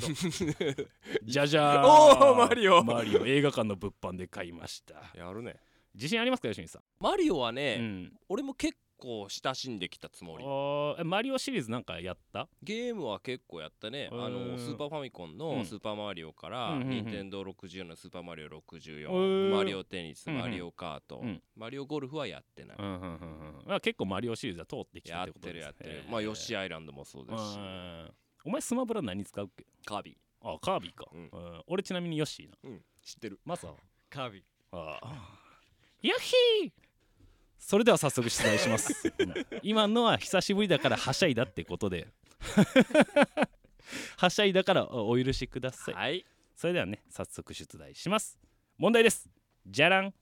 B: けどじゃじゃーん
A: おーマリオ
B: マリオ映画館の物販で買いました
A: やるね
B: 自信ありますか吉見さん、
A: マリオは
B: う
A: ね
B: ん、
A: 俺も結構親しんできたつもり
B: あーえマリオシリーズなんかやった
A: ゲームは結構やったねあ
B: へ
A: の
B: ー
A: スーパーファミコン
B: う
A: の
B: ん
A: 「スーパーマリオ」か
B: う
A: ら
B: んうんうん
A: 任天堂64の「スーパーマリオ64
B: ー」
A: マリオテニス
B: うんうん
A: マリオカート
B: うん
A: マリオゴルフはやってない
B: うんうんうんうんまあ結構マリオシリーズは通ってきた
A: やっ
B: っ
A: て
B: こと
A: てる
B: です
A: やってる
B: ね
A: まあヨッシーアイランドもそう
B: う
A: だし
B: んお前スマブラ何使うっけ
A: カービィ
B: あカービィか、
A: うん
B: うん俺ちなみにヨッシーな
A: うん知ってる
B: マサは
C: カービィ
B: ああヨッヒーそれでは早速出題し ます、うん今のは久しぶりだからはしゃいだってことではしゃいだからお許しください、
A: はい
B: それではね早速出題します問題ですじゃらん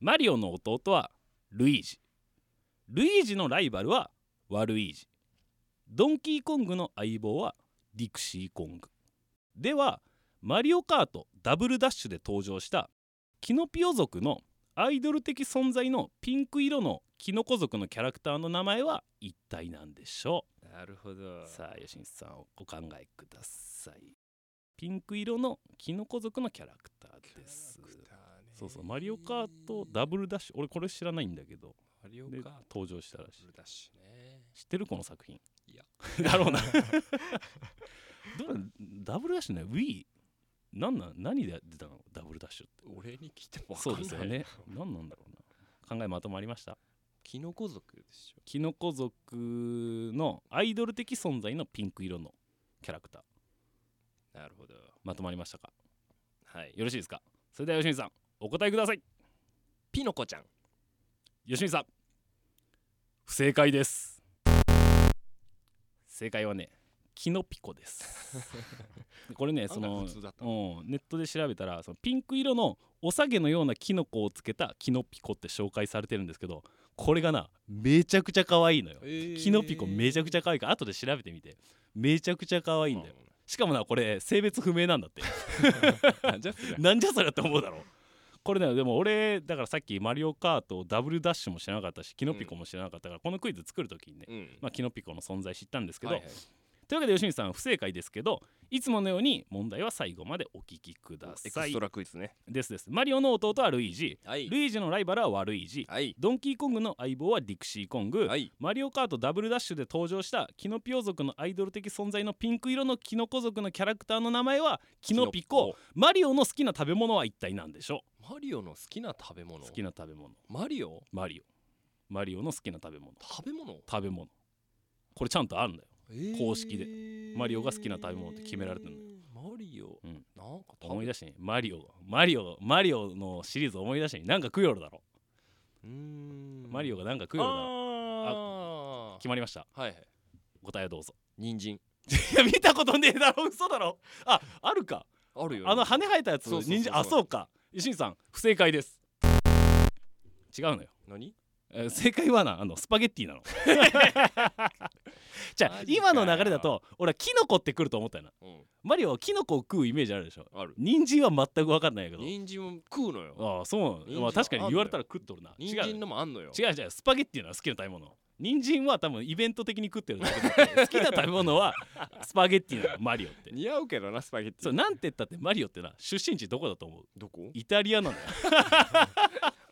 B: マリオの弟はルイージルイージのライバルはワルイージドンキーコングの相棒はディクシーコングではマリオカートダブルダッシュで登場したキノピオ族のアイドル的存在のピンク色のキノコ族のキャラクターの名前は一体何でしょう
A: なるほど
B: さあ吉光さんお考えくださいピンク色のキノコ族のキャラクターですそうそうマリオカートダブルダッシュ俺これ知らないんだけど
A: マリオカ
B: で
A: ート
B: 登場したらしい
A: ダブルダッシュね
B: 知ってるこの作品
A: いや
B: だろうな どうなんダブルダッシュね Wii なんなん何で出たのダブルダッシュって
A: 俺に聞いても
B: そう
A: 分
B: です
A: かん
B: よ
A: ない
B: ね何なんだろうな考えまとまりました
A: キノコ族でしょ
B: キノコ族のアイドル的存在のピンク色のキャラクター
A: なるほど
B: まとまりましたか
A: はい
B: よろしいですかそれでは吉見さんお答えください
A: ピノコちゃん
B: 吉見さん不正解です正解はねキノピコです これねそ
A: 案
B: の
A: 外普通だった
B: うんネットで調べたらそのピンク色のおさげのようなキノコをつけたキノピコって紹介されてるんですけどこれがなめちゃくちゃ可愛いのよ、キノピコめちゃくちゃ可愛いから後で調べてみてめちゃくちゃ可愛いんだよ、しかもなこれ性別不明なん だって
A: じゃあそりゃ
B: なんじゃそりゃって思うだろこれねでも俺だからさっき「マリオカート」ダブルダッシュも知らなかったしキノピコも知らなかったから、このクイズ作る時にね、
A: うん
B: まあ、キノピコの存在知ったんですけど、
A: はいはい
B: というわけで吉見さん不正解ですけどいつものように問題は最後までお聞きくだ
A: エ
B: さ
A: ク
B: い
A: ストラクイズね
B: ですですマリオの弟はルイージ
A: はい
B: ルイージのライバルは悪いジ
A: はい
B: ドンキーコングの相棒はディクシーコング、
A: はい
B: マリオカートダブルダッシュで登場したキノピオ族のアイドル的存在のピンク色のキノコ族のキャラクターの名前はキノピコマリオの好きな食べ物は一体何でしょ
A: マリオの好きな食べ
B: う
A: 物
B: 好きな食べ物
A: マリオ
B: マリオマリオの好きな食べ物
A: 食べ物
B: 食べ物これちゃんとあるんだよ公式で
A: で
B: マリオが好きな食べ物って決められてんの
A: マリオ、
B: うん
A: なんか
B: 思い出してねマリオマリオマリオのシリーズ思い出してねなんか食うよるだろ、
A: うーん
B: マリオがなんか食うよるだろ
A: あ
B: 決まりました
A: あはいはい
B: 答えをどうぞ
A: 人参
B: いや見たことねえだろ嘘だろああるか
A: あるよ
B: あの羽生えたやつ
A: そうそうそう
B: 人参あそうか石井さん不正解です違うのよ、
A: 何
B: えー 正解はなあのスパゲッティなの
A: マ
B: じゃあ
A: ジかよ
B: 今の流れだと俺はキノコってくると思ったよな
A: うん
B: マリオはキノコを食うイメージあるでしょ
A: ある
B: 人参は全く分かんないけど
A: 人参も食うのよ
B: ああそうなの
A: 人参
B: まあ、確かに言われた
A: あんの
B: ら
A: よ
B: 食っとるな違
A: 人
B: う
A: 参のもあんのよ
B: 違う違うスパゲッティなの好きな食べ物人参は多分イベント的に食ってるだけだって好 きな食べ物はスパゲッティなのマリオって
A: 似合うけどなスパゲッテ
B: そう
A: ィ
B: なんて言ったってマリオってな出身地どこだと思う
A: どこ、
B: イタリアなのよ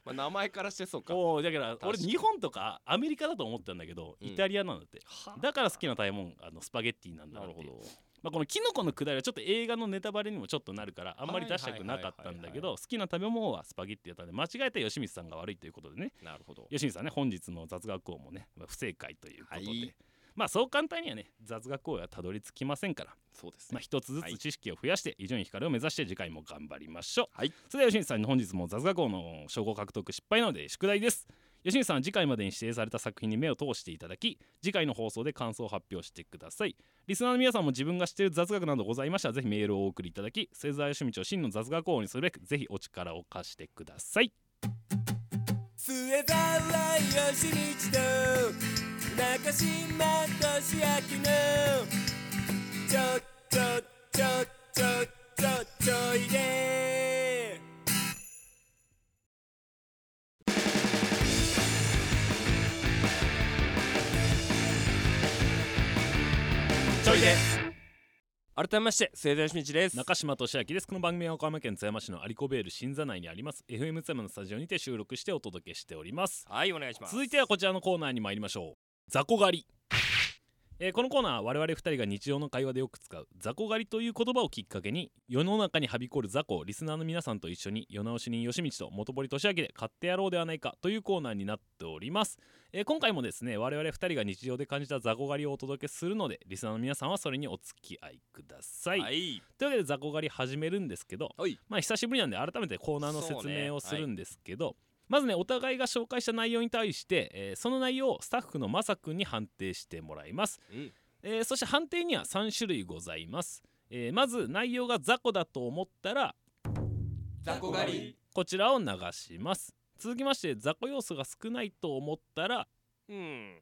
A: まあ、名前からしてそうか
B: おおだから
A: 確か
B: 俺
A: に
B: 日本とかアメリカだと思ったんだけど、
A: うん
B: イタリアなんだって
A: はあ
B: だから好きな食べ物あのスパゲッティなんだ
A: なる
B: なっ
A: ほ
B: ていう
A: ど
B: まあ、このキノコのくだりはちょっと映画のネタバレにもちょっとなるからあんまり出したくなかったんだけ
A: は
B: ど好きな食べ物はスパゲッティだったんで間違えた吉光さんが悪いということでね
A: なるほど
B: 吉光さんね本日の雑学王もねまあ不正解ということで、
A: はい
B: まあそう簡単にはね雑学王へはたどり着きませんから、
A: そうです
B: まあ、
A: ね、
B: 一つずつ知識を増やして伊集院光を目指して次回も頑張りましょう、
A: はい
B: それでは吉光さんに本日も雑学王の称号獲得失敗なので宿題です吉光さんは次回までに指定された作品に目を通していただき次回の放送で感想を発表してくださいリスナーの皆さんも自分が知っている雑学などございましたらぜひメールをお送りいただき末澤義道を真の雑学王にするべくぜひお力を貸してください
C: 末沢義日と中島俊明のちょちょちょちょちょちょいで
A: ちょいで改めまして末田義道です
B: 中島俊明ですこの番組は岡山県津山市の有子ベール新座内にあります FM 津山のスタジオにて収録してお届けしております
A: はいお願いします
B: 続いてはこちらのコーナーに参りましょう雑魚狩り、えーこのコーナーは我々2人が日常の会話でよく使う雑魚狩りという言葉をきっかけに世の中にはびこる雑魚をリスナーの皆さんと一緒に世直し人吉道と元堀俊明で買ってやろうではないかというコーナーになっております、えー今回もですね我々2人が日常で感じた雑魚狩りをお届けするのでリスナーの皆さんはそれにお付き合いください、
A: はい
B: というわけで雑魚狩り始めるんですけど、
A: はい
B: まあ久しぶりなんで改めてコーナーの説明を
A: そうね
B: するんですけど、まずねお互いが紹介した内容に対して、えーその内容をスタッフのまさくんに判定してもらいます、
A: うん
B: えーそして判定には3種類ございます、えーまず内容が雑魚だと思ったら
C: 雑魚
A: 狩り
B: こちらを流します続きまして雑魚要素が少ないと思ったら
A: うん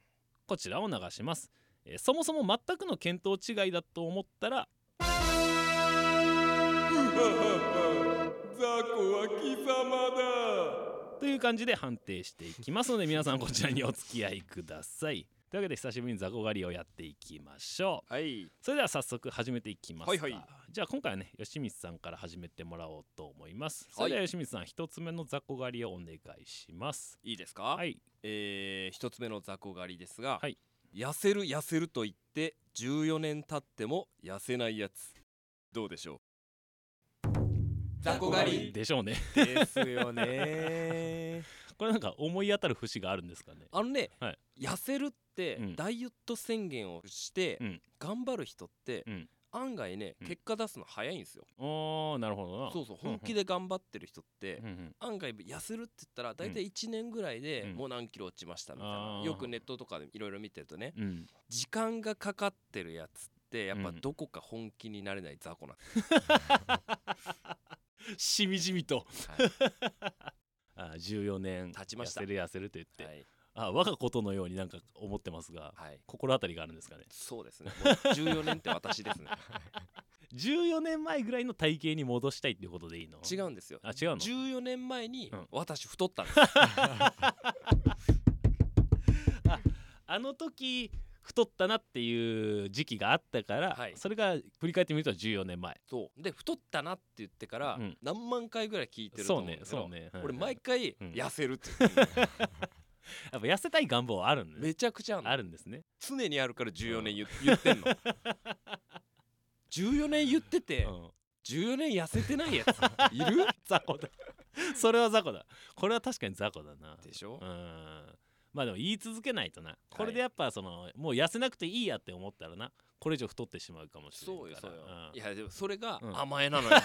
B: こちらを流します、えーそもそも全くの見当違いだと思ったら
C: 雑魚は貴様
B: という感じで判定していきますので皆さんこちらにお付き合いくださいというわけで久しぶりに雑魚狩りをやっていきましょう
A: はい
B: それでは早速始めていきますか、
A: はいはい
B: じゃあ今回はね吉光さんから始めてもらおうと思いますそ
A: はい
B: れでは吉光さん一つ目の雑魚狩りをお願いします
A: いいですか
B: はい
A: えー一つ目の雑魚狩りですが、
B: はい
A: 痩せる痩せると言って14年経っても痩せないやつどうでしょ
C: 雑魚狩り
B: でしょうね
A: うですよね
B: これなんか思い当たる節があるんですかね
A: あのね、
B: はい
A: 痩せるって
B: うん
A: ダイエット宣言をして、
B: うん
A: 頑張る人って、
B: うん
A: 案外ね
B: うん
A: 結果出すの早いんですよ、
B: おーなるほどな
A: そうそう
B: うんうん
A: 本気で頑張ってる人って
B: うんうん
A: 案外痩せるって言ったら大体1年ぐらいで
B: うん
A: もう何キロ落ちましたみたい
B: あ
A: な
B: ー
A: よくネットとかでいろいろ見てるとね
B: うん
A: 時間がかかってるやつってやっぱ
B: うん
A: どこか本気になれない雑魚なんです、
B: しみじみと
A: はい
B: あ14年
A: 経ちました
B: 痩せる痩せると言って、
A: はい
B: あ我がことのようになんか思ってますが
A: はい
B: 心当たりがあるんですかね
A: そうですねもう14年って私です ね
B: 14年前ぐらいの体型に戻したいっていうことでいいの
A: 違うんですよ
B: あ違うの
A: 14年前に
B: うん
A: 私太ったん です、
B: あの時太ったなっていう時期があったから、
A: はい
B: それが振り返ってみると14年前
A: そうで太ったなって言ってから
B: うん
A: 何万回ぐらい聞いてると
B: そ
A: 思うん
B: う
A: だ
B: ね
A: けど
B: そうね、
A: 俺
B: うん
A: 毎回
B: うん
A: 痩せるって言ってるの
B: やっぱ痩せたい願望はあるんね
A: めちゃくちゃあんの
B: あるんですね
A: 常にあるから14年言っ言ってんの14年言ってて
B: うん
A: 14年痩せてないやつい る
B: 雑魚だそれは雑魚だこれは確かに雑魚だな
A: でしょ
B: うんまあでも言い続けないとなこれでやっぱその、もう痩せなくていいやって思ったらなこれ以上太ってしまうかもしれない
A: そうよ
B: から
A: そうよ
B: ん
A: いやでもそれが
B: うん
A: 甘えなの よ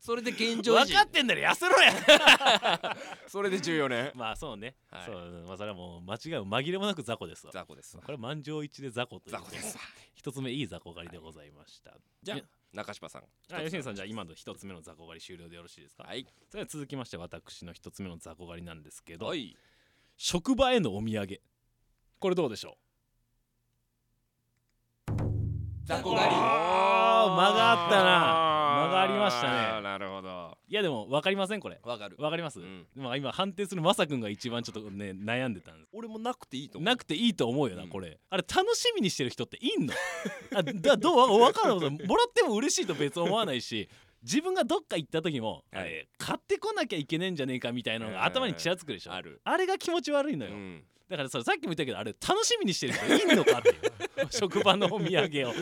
A: それで現状維
B: 分
A: 持
B: かってんだろ痩せろや
A: それで14年
B: まあそうね、
A: はい
B: そうまあそれはもう間違いも紛れもなく雑魚ですわ
A: 雑魚ですわ
B: これ満場一致で雑魚という
A: 雑
B: こ
A: 魚で
B: と
A: すわ
B: 一つ目いい雑魚狩りでございました、
A: じゃ
B: いや
A: あ中島さん
B: あ吉野さんじゃあ今の一つ目の雑魚狩り終了でよろしいですか、
A: はい
B: それでは続きまして私の一つ目の雑魚狩りなんですけど、
A: はい
B: 職場へのお土産これどうでしょう
A: 雑魚狩り
B: あー間があったな間がありましたね
A: なるほど
B: いやでも分かりませんこれ
A: わかる
B: 分かります、
A: うん
B: まあ今判定するまさくんが一番ちょっとね悩んでたんです
A: 俺もなくていいと思う
B: なくていいと思うよな、
A: うん
B: これあれ楽しみにしてる人っていんの あだどう分かんないこともらっても嬉しいと別に思わないし自分がどっか行った時も、
A: はい
B: あれ買ってこなきゃいけねえんじゃねえかみたいなのが頭にちらつくでしょ、
A: うんある
B: あれが気持ち悪いの
A: う
B: よ、
A: ん
B: だからそれさっきも言ったけどあれ楽しみにしてる人いんのかっていう 職場のお土産を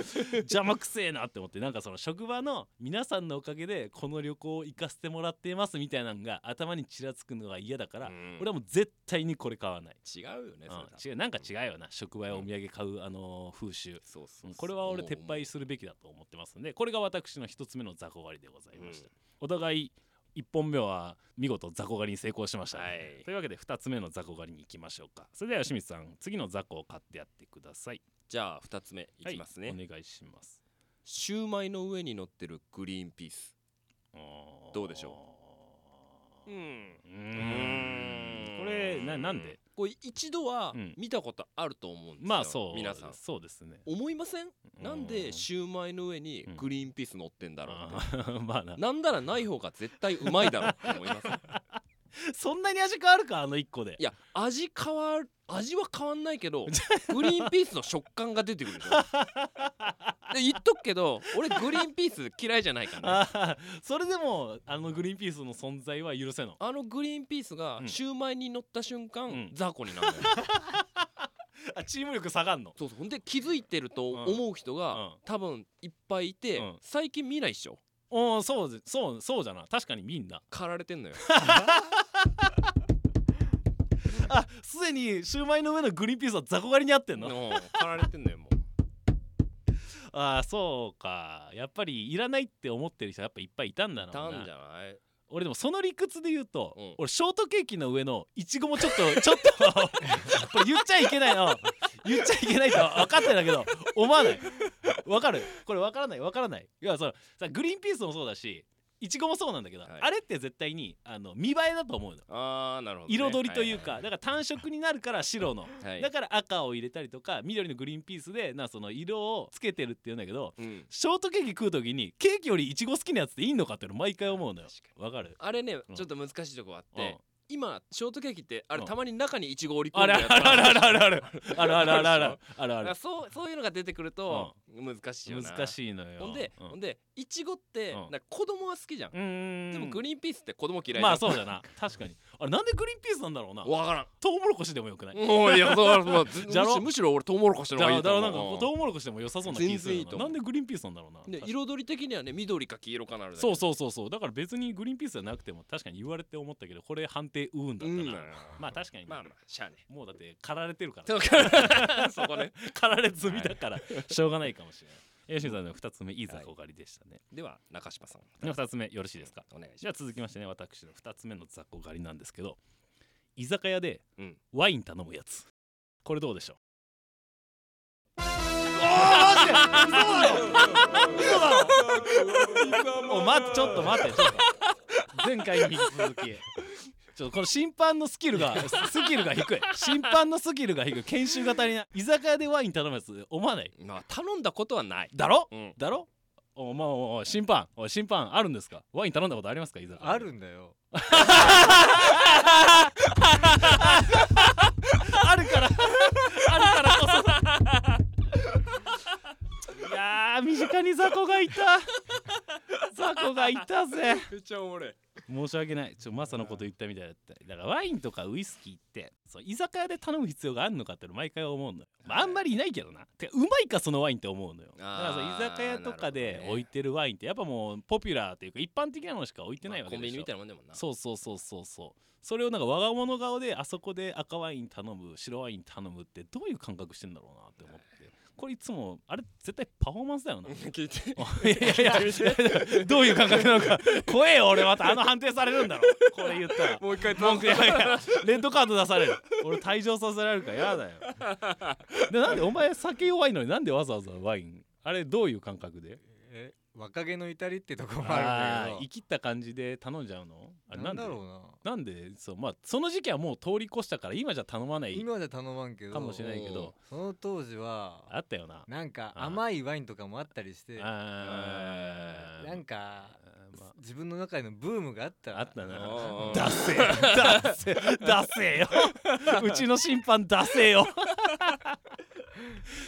B: 邪魔くせえなって思ってなんかその職場の皆さんのおかげでこの旅行を行かせてもらっていますみたいなのが頭にちらつくのが嫌だから、
A: うん
B: 俺はもう絶対にこれ買わない、
A: 違うよね
B: うん、
A: それ
B: 違うなんか違うよな職場へお土産買う、あのー風習
A: そうそううん
B: これは俺撤廃
A: す
B: するべきだと思ってますんでこれが私の一つ目の雑魚狩りでございました、
A: うん
B: お互い1本目は見事雑魚狩りに成功しましたね、
A: はい
B: というわけで2つ目の雑魚狩りに行きましょうかそれでは清水さん次の雑魚を買ってやってください
A: じゃあ二つ目いきますね
B: はいお願いします
A: シューマイの上に乗ってるグリーンピースどうでしょ
B: う
A: うん
B: うーんこれななんで
A: これ一度は
B: うん
A: 見たことあると思うんですよ
B: まあそう
A: 皆さん
B: そうですね
A: 思いませんなん
B: う
A: でシューマイの上に
B: うん
A: グリーンピース乗ってんだろうっ
B: あー まあな
A: てなんならない方が絶対うまいだろうって思います
B: そんなに味変わるかあの1個で
A: いや味変わる味は変わんないけ どグリーンピースの食感が出てくるでしょで言っとくけど俺グリーンピース嫌いじゃないからね
B: あーそれでもあのグリーンピースの存在は許せの
A: あのグリーンピースが
B: うん
A: シューマイに乗った瞬間、
B: うん
A: 雑魚になるのよ
B: あチーム力下がんの
A: そうそうほんで気づいてると思う人が、
B: うん
A: 多分いっぱいいて、
B: うん
A: 最近見ないっしょ
B: おーそうぜそうそうじゃな確かにみんな
A: 駆られて んのよ
B: あすでにシューマイの上のグリーンピースは雑魚狩りにあってん の
A: うん駆られてんのよもう
B: あーそうかやっぱりいらないって思ってる人やっぱいっぱいいたんだ
A: い
B: な
A: たんじゃない
B: 俺でもその理屈で言うと、
A: うん
B: 俺ショートケーキの上のいちごもちょっと ちょっとこれ言っちゃいけないの 言っちゃいけないと分かってんだけど思わない分かるこれ分からない分からないいやそのさグリーンピースもそうだしいちごもそうなんだけど、
A: はい
B: あれって絶対にあの見栄えだと思うの
A: あーなるほどね、
B: 彩りという
A: は
B: かだから単色になるから白
A: い
B: の
A: はいはい
B: だから赤を入れたりとか緑のグリーンピースでなその色をつけてるっていうんだけど
A: うん
B: ショートケーキ食う時にケーキよりイチゴ好きなやつっていいのかっていうの毎回思うのよ
A: 確
B: わかる
A: あれね
B: うん
A: ちょっと難しいとこあっ
B: う
A: て、
B: ん
A: 今ショートケーキってあれ、
B: うん
A: たまに中にイチゴ折り込
B: あ
A: んで
B: る
A: やつ
B: あるあるあるあるあるあるあるあるあるあるある
A: そう そういうのが出てくると難しいよな
B: 難しいのよ
A: ほんで、
B: う
A: ほんでいちごって、
B: うん
A: なんか子供は好きじゃん、
B: うーん
A: でもグリーンピースって子供嫌いじゃん
B: まあそうだな確かにあれなんでグリーンピースなんだろうな
A: わからん
B: トウモロコシでもよくない
A: もういやそうそうずむ
B: じゃろ
A: しむしろ俺トウモロコシの
B: だ
A: 方
B: か
A: がい
B: ら
A: い
B: だ
A: と
B: か
A: 思う
B: らなんかこうトウモロコシでも良さそうな気がする
A: 全然いいと
B: な
A: 思う
B: なんでグリーンピースなんだろうな
A: で
B: 確かに
A: 彩り的にはね緑か黄色かなるだけ
B: そうそうそうそうだから別にグリーンピースじゃなくても確かに言われて思ったけどこれ判定うーんだ
A: う
B: っ
A: ん
B: たな、まあ確かにね、
A: まあまあしゃあね
B: もう だって駆られてるか
A: そ
B: ら
A: うかそこね
B: 駆られ済みだからしょうがないかもしれない吉見さんの2つ目いい雑こがりでしたね、
A: では中島さん
B: では2つ目よろしいですか
A: お願いし
B: じゃあ続きましてね私の2つ目の雑こがりなんですけど居酒屋で
A: ます、うん、
B: ワイン頼むやつこれどうでしょう お待ってちょっと待ってちょっと前回に引き続きちょっとこの審判のスキ ルがスキルが低い審判のスキルが低い研修型にな居酒屋でワイン頼むやつ思わない
A: まあ頼んだことはない
B: だろ
A: うん
B: だろおまあおい審判おい審判あるんですかワイン頼んだことありますか居酒屋で
D: あるんだ よ
B: あるからあるからこそ だいやー身近に雑魚がいた雑魚がいたぜ
A: めっちゃおもれ
B: 申し訳ないちょマサのこと言ったみたいだっただからワインとかウイスキーってそう居酒屋で頼む必要があるのかっての毎回思うのよ、まあ、あんまりいないけどなてかうまいかそのワインって思うのよだから
A: あー
B: さ居酒屋とか
A: なるほ
B: で
A: どね
B: 置いてるワインってやっぱもうポピュラーというか一般的なのしか置いてないわけ
A: コ
B: でしょ、
A: ンビニみたいなもんでもんな
B: そうそうそうそうそうそれをなんか我が物顔であそこで赤ワイン頼む白ワイン頼むってどういう感覚してんだろうなって思ってこれいつもあれ絶対パフォーマンスだよな
A: 聞いて
B: いやいやどういう感覚なのか怖えよ俺またあの判定されるんだろこれ言ったら
A: もう一回頼
B: 文
A: む
B: 句やばいやレッドカード出される俺退場させられるからやだよでなんでお前酒弱いのになんでわざわざワインあれどういう感覚で
D: え若気の至りってとこもあ
B: あ
D: る
B: あ
D: んだ
B: ー生
D: け
B: きった感じで頼んじゃうのあれ
D: ど
B: な
D: なんん
B: で
D: だろうな
B: なんでそう、まあ、その時期はもう通り越したから今じゃ頼まない
D: 今じゃ頼まんけど
B: かもしれないけど
D: その当時は
B: あったよな。
D: なんか
B: あー
D: 甘いワインとかもあったりして
B: あー
D: なんか
B: あーま
D: 自分の中のブームがあった
B: あ、あった な。
A: あ
B: ダセえダセえダセえようちの審判ダセえ よ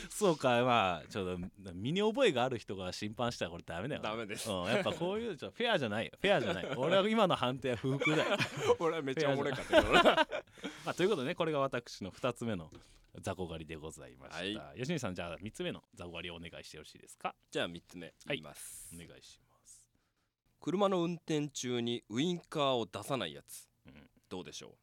B: そうかまあちょっと身に覚えがある人が審判したらこれダメだよな
A: ダメです
B: うん、やっぱこういうちょフェアじゃないよフェアじ ゃない俺は今の判定は不服だよ
A: 俺はめっちゃおもれかったけどな
B: まあ、ということでねこれが私の2つ目の雑魚狩りでございました、
A: はい
B: 吉西さんじゃあ3つ目の雑魚狩りをお願いしてよろしいですか
A: じゃあ3つ目
B: はい
A: いきます、
B: お願いします
A: 車の運転中にウインカーを出さないやつ、
B: うん
A: どうでしょ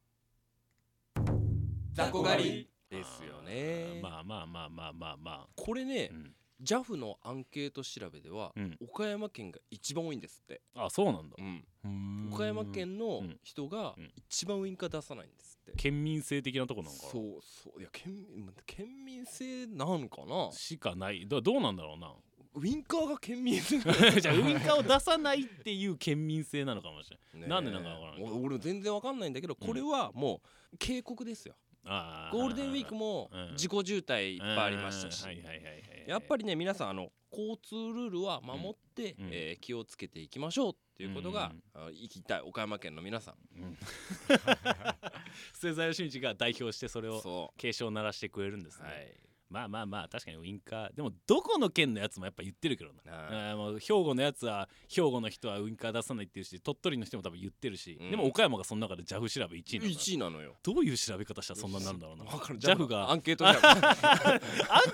D: 雑魚狩り
A: うですよね
B: まあまあまあまあまあま
A: これ
B: あ
A: ね
B: う、ん、
A: JAF のアンケート調べでは、
B: うん、
A: 岡山県が一番多いんですって、
B: あそうなんだ
A: 岡山県の
B: うん
A: 人が
B: うん
A: 一番ウインカー出さないんですって、
B: 県民性的なとこなのかな
A: そうそういや県民県民性なんかな
B: しかないだどうなんだろうな
A: ウインカーが県民性
B: じゃあウインカーを出さないっていう県民性なのかもしれないなんでなんかわからんけど
A: お俺も全然わかんないんだけど
B: うん
A: これはもう警告ですよ、
B: あ
A: ゴールデンウィークも
B: もうん
A: 自己渋滞いっぱいありましたし、
B: はいはいはいはい、
A: やっぱりね皆さんあの交通ルールは守って、
B: うんうん
A: えー気をつけていきましょうっていうことが、あ行きたい岡山県の皆さん
B: 末澤義道が代表してそれを
A: そ
B: 警鐘を鳴らしてくれるんです
A: う
B: ね、
A: はい
B: まあまあまあ確かにウインカーでもどこの県のやつもやっぱ言ってるけどな
A: な
B: あーもう兵庫のやつは兵庫の人はウインカー出さないっていうし鳥取の人も多分言ってるし、
A: うん
B: でも岡山がその中で JAF 調べ1位なの
A: 1位なのよ
B: どういう調べ方したらそんなになるんだろうな
A: わかる
B: JAF が
A: アンケートじ ゃ
B: アン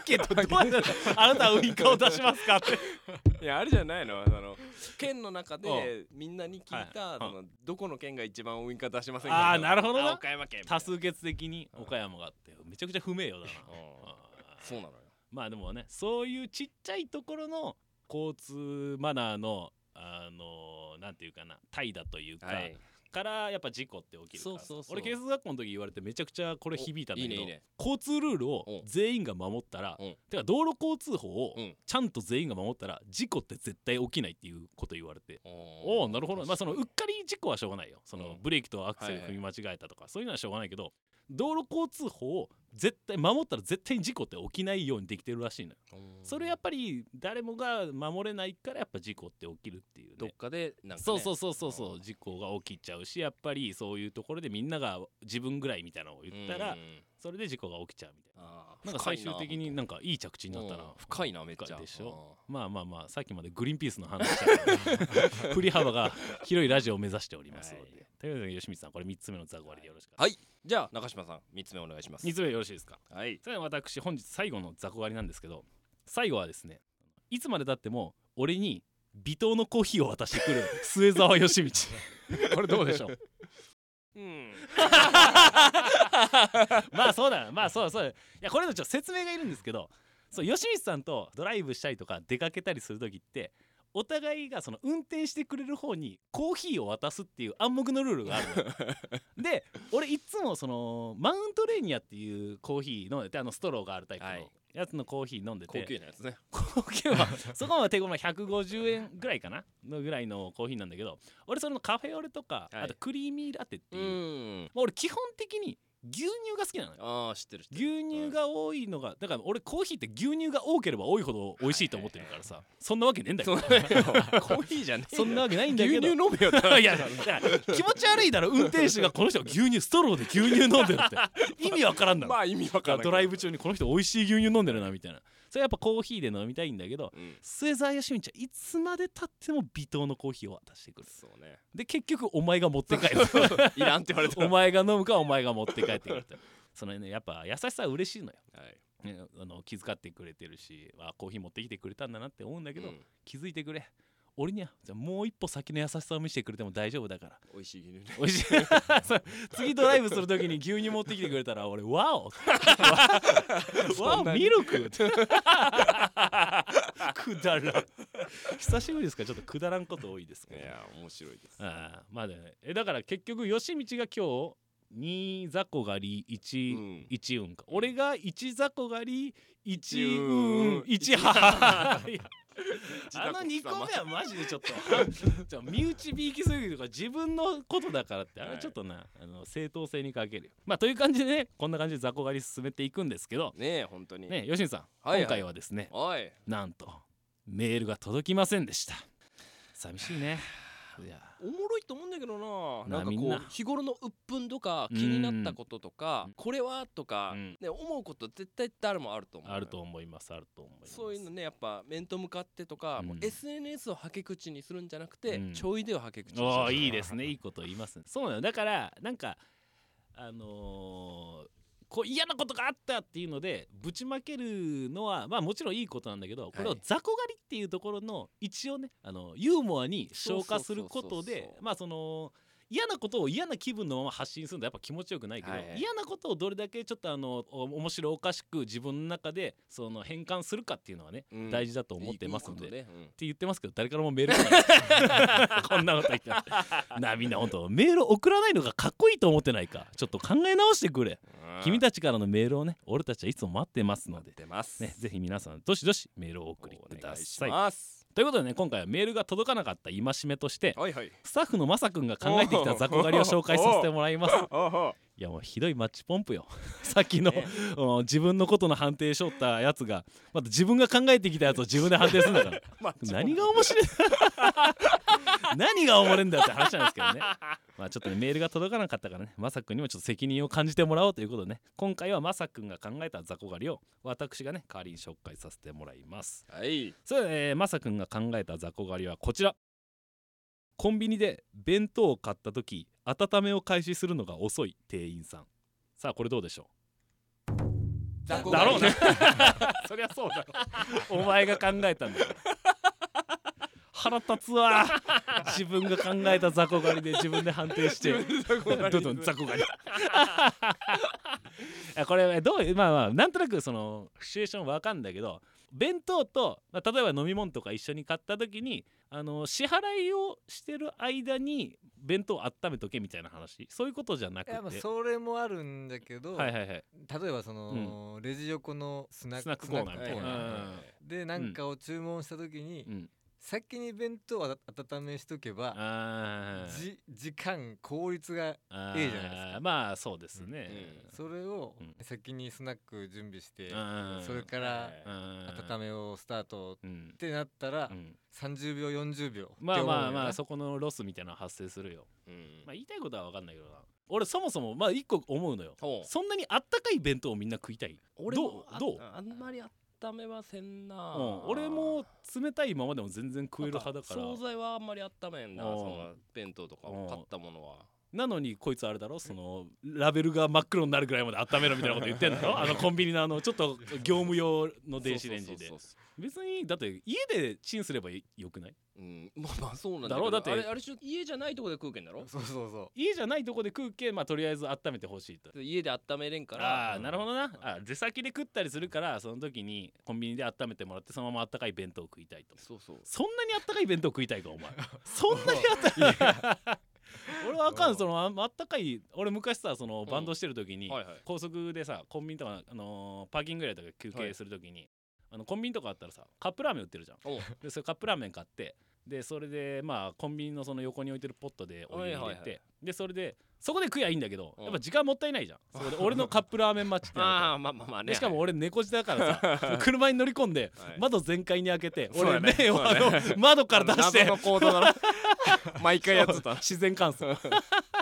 B: ケートどうやってあなたはウインカーを出しますかって
A: んいやあれじゃないのあの県の中
B: う
A: でみんなに聞いた、
B: はい
A: そのどこの県が一番ウインカー出しませんか
B: ああなるほ ど
A: あ
B: な
A: 岡山県みたい
B: 多
A: な
B: 数決的に岡山があってめちゃくちゃ不名誉だな
A: うん
B: あー
A: そうなのよ
B: まあでもねそういうちっちゃいところの交通マナーのあのなんていうかな怠惰というか、
A: はい
B: からやっぱ事故って起きるからさ
A: そうそうそう
B: 俺警察学校の時言われてめちゃくちゃこれ響いたんだけ
A: お
B: ど
A: いいねいいね
B: 交通ルール
A: うん
B: を全員が守ったら、
A: うん
B: てか道路交通法を
A: うん
B: ちゃんと全員が守ったら事故って絶対起きないっていうこと言われて。お
A: お
B: おなるほど、まあ、そのうっ
A: う
B: かり事故はしょうがないよそうの
A: ん
B: ブレーキとアクセル踏み間違えたとか、そういうのはしょうがないけど道路交通法を絶対守ったら絶対に事故って起きないようにできてるらしいのよ、それやっぱり誰もが守れないからやっぱ事故って起きるっていう、ね、
A: どっかでなんか、ね、
B: そうそうそうそうそ
A: あ
B: う事故が起きちゃうしやっぱりそういうところでみんなが自分ぐらいみたいなのを言ったら
A: うん
B: それで事故が起きちゃうみたい
A: あー
B: なな
A: 深
B: んか最
A: い
B: 終的になんかいい着地になった
A: うん
B: な
A: 深いなめっちゃ
B: 深いでしょ
A: あ
B: まあまあまあさっきまでグリーンピースの話したから 振り幅が広いラジオを目指しておりますので、
A: はい
B: ということで吉光さんこれ3つ目のザゴ割りでよろしくお
A: は
B: 願いし
A: いーじゃあ中島さん三つ目お願いしま
B: ますす、3つ目よろしいですか
A: はい
B: それでは私本日最後のザコ割りなんですけど最後はですねいつまでたっても俺に微糖のコーヒーを渡してくる末澤義道 これどうでしょう
A: うん
B: まあそうだなまあそうだそうだいやこれのちょっと説明がいるんですけどそう吉光さんとドライブしたりとか出かけたりする時ってお互いがその運転してくれる方にコーヒーを渡すっていう暗黙のルールがある のよで俺いつもそのマウントレーニアっていうコーヒー飲んでてあのストローがあるタイプの
A: はい
B: やつのコーヒー飲んでて、
A: 高級なやつね
B: 高級は そこまで手頃な150円ぐらいかなのぐらいのコーヒーなんだけど俺そのカフェオレとか、
A: はい
B: あとクリーミーラテって
A: う
B: いう、
A: ん
B: まあ、俺基本的に牛乳が好きなの
A: あ
B: よ
A: あ知ってる知ってる
B: 牛乳が多いのがだから俺コーヒーって牛乳が多ければ多いほど美味しいと思ってるからさ、そんなわけねえんだけ
A: そ
B: ど
A: うだよコーヒーじゃねえよ
B: そんなわけないん だ
A: 牛
B: け
A: 乳
B: ど
A: 飲めよって 話
B: いやだから気持ち悪いだろ運転手がこの人は牛乳ストローで牛乳飲んで るって意味わからんだろ、
A: まあ意味わからんけど
B: ドライブ中にこの人美味しい牛乳飲んでるなみたいなそれやっぱコーヒーで飲みたいんだけど
A: うん
B: 末澤よしみちゃんいつまでたっても微糖のコーヒーを渡してくる
A: そうね
B: で結局お前が持って帰る
A: いらんって言われた
B: お前が飲むかお前が持って帰ってくるってそのねやっぱ優しさは嬉しいのよ、
A: はい
B: ねあの気遣ってくれてるしあコーヒー持ってきてくれたんだなって思うんだけど、
A: うん
B: 気づいてくれ俺にはじゃあもう一歩先の優しさを見せてくれても大丈夫だから
A: 美味しい牛乳ね
B: おいしいそう次ドライブするときに牛乳持ってきてくれたら俺ワオワオミルク くだらん久しぶりですからちょっとくだらんこと多いです
A: い
B: けど
A: や面白いです
B: ああまあだ,、ね、えだから結局吉道が今日2雑魚狩り
A: う
B: 1,
A: ん
B: 一運か俺が1雑魚狩り
A: 一
B: 1
A: 運
B: 運1ハいやあの2
A: 一雑魚
B: 個目はマジでちょ っとちょ身内びいきすぎるとか自分のことだからってあれちょっとな、あの正当性に欠けるよまあという感じでねこんな感じで雑魚狩り進めていくんですけど
A: ねえ本当に
B: ね吉野さん、
A: はいはい
B: 今回はですね
A: おい
B: なんとメールが届きませんでした寂しいねいや
A: おもろいと思うんだけど
B: な
A: ななんか
B: みん
A: こ
B: な
A: う日頃の鬱憤とか気になったこととか
B: うん
A: これはとか、
B: うん
A: ね、思うこと絶対誰もあると思うのよ
B: あると思いますあると思います
A: そういうのねやっぱ面と向かってとか、
B: うん
A: もう SNS をはけ口にするんじゃなくて、
B: うん
A: ちょいでをはけ口にし
B: お
A: ま
B: ー
A: しょう
B: いいですねいいこと言いますねそうなのだからなんかあのーこう嫌なことがあったっていうのでぶちまけるのはまあもちろんいいことなんだけどこれを
A: はい
B: 雑魚狩りっていうところの一応ねあのユーモアに消化するこ
A: そ
B: と
A: うそうそう
B: で
A: そう
B: まあその嫌なことを嫌な気分のまま発信するのはやっぱ気持ちよくないけど、
A: はいはい
B: 嫌なことをどれだけちょっとあのお面白おかしく自分の中でその変換するかっていうのはね、
A: うん
B: 大事だと思ってますので
A: いいことね
B: って言ってますけど誰からもメール来ない こんなこと言ってますなあみんな本当メール送らないのがかっこいいと思ってないかちょっと考え直してくれ
A: うん
B: 君たちからのメールをね俺たちはいつも待ってますので
A: 出ます、
B: ね、ぜひ皆さんどしどしメールをお送り
A: お
B: くだ
A: 願いし
B: さい
A: ます
B: ということでね今回はメールが届かなかった戒めとして
A: はいはい
B: スタッフのまさくんが考えてきた雑魚狩りを紹介させてもらいますいやもうひどいマッチポンプよ さっきの、
A: ね
B: うん自分のことの判定しよったやつがまた自分が考えてきたやつを自分で判定するんだから
A: まあ
B: 何が面白い 何がおもれんだよって話なんですけどねまあちょっとねメールが届かなかったからねまさくんにもちょっと責任を感じてもらおうということでね今回はまさくんが考えた雑魚狩りを私がね代わりに紹介させてもらいます
A: はい
B: それでは、えー、まさくんが考えた雑魚狩りはこちらコンビニで弁当を買った時温めを開始するのが遅い店員さんさあこれどうでしょうだろうなそりゃそうだろお前が考えたんだから腹立つわ自分が考えた雑魚狩りで自分で判定してどんどん雑魚狩りあこれどういうまあまあなんとなくそのシチュエーションわかんだけど弁当と、まあ、例えば飲み物とか一緒に買った時にあの支払いをしてる間に弁当を温めとけみたいな話そういうことじゃなく
D: い
B: て
D: やまあそれもあるんだけど、
B: はいはいはい
D: 例えばその、レジ横のスナック
B: スナックコーナーみたい
D: ス
B: な
D: ナックコーナー
B: うん
D: でなんかを注文した時に、
B: うん
D: 先に弁当をあた温めしとけば
B: あー
D: じ時間効率が
B: あ
D: いいじゃないです
B: ーまあそうですね
D: それを
B: うん
D: 先にスナック準備して、
B: うん
D: それから温
B: 温
D: めをスタート
B: うん
D: ってなったら、
B: うん
D: 30秒40秒って思
B: ま
D: う
B: あまあま
D: よ
B: あ
D: ね
B: そこのロスみたいなの発生するよ
A: うん
B: まあ言いたいことは分かんないけどな俺そもそもまあ一個思うのよ
A: ほう
B: そんなにあったかい弁当をみんな食いたい
A: 俺
B: ど
A: も
B: うどう
A: ああんまり温めはせんな、
B: うん、俺も冷たいままでも全然食える派だから
A: 惣菜はあんまり温めんな
B: うん
A: その弁当とか
B: うん
A: 買ったものは
B: なのにこいつあれだろそのラベルが真っ黒になるぐらいまで温めろみたいなこと言ってんだろあのコンビニのあのちょっと業務用の電子レン
A: そ
B: ジで
A: うそうそうそ
B: 別にだって家でチンすればいよくないう
A: うんまあまあそうなんだ
B: だろうだって
A: あれあれしょ家じゃないとこで食うけんだろ
D: そうそうそ
B: 家じゃないとこで食うけまあとりあえず温めてほしいと
A: 家で温めれんから
B: ああーなるほどなあ出先で食ったりするからその時にコンビニで温めてもらってそのままあったかい弁当を食いたいと
A: そうそう
B: そんなにあったかい弁当食いたいか お前そんなにあったかい俺はあか
D: うんん
B: そのああったかい俺昔さその
A: ん
B: バンドしてる時に、
A: はいはい
B: 高速でさコンビニとか、あのーパーキングエリアとか休
A: はい
B: 憩する時に、あのコンビニとかあったらさカップラーメン売ってるじゃん
A: おう
B: でそれカップラーメン買ってでそれでまあコンビニのその横に置いてるポットでお湯入れて、
A: はいはいはい
B: でそれでそこで食いゃいいんだけど
A: うん
B: やっぱ時間もったいない じゃんそこで俺のカップラーメン待ちってなるから
A: ああまあまあまあね
B: でしかも俺猫舌だからさ車に乗り込んで
A: はい
B: 窓全開に開けて
A: そうだ
B: 俺
A: ね
B: 目をあの窓から出し
A: 謎
B: て
A: の行動だ な毎回やってた
B: 自然乾燥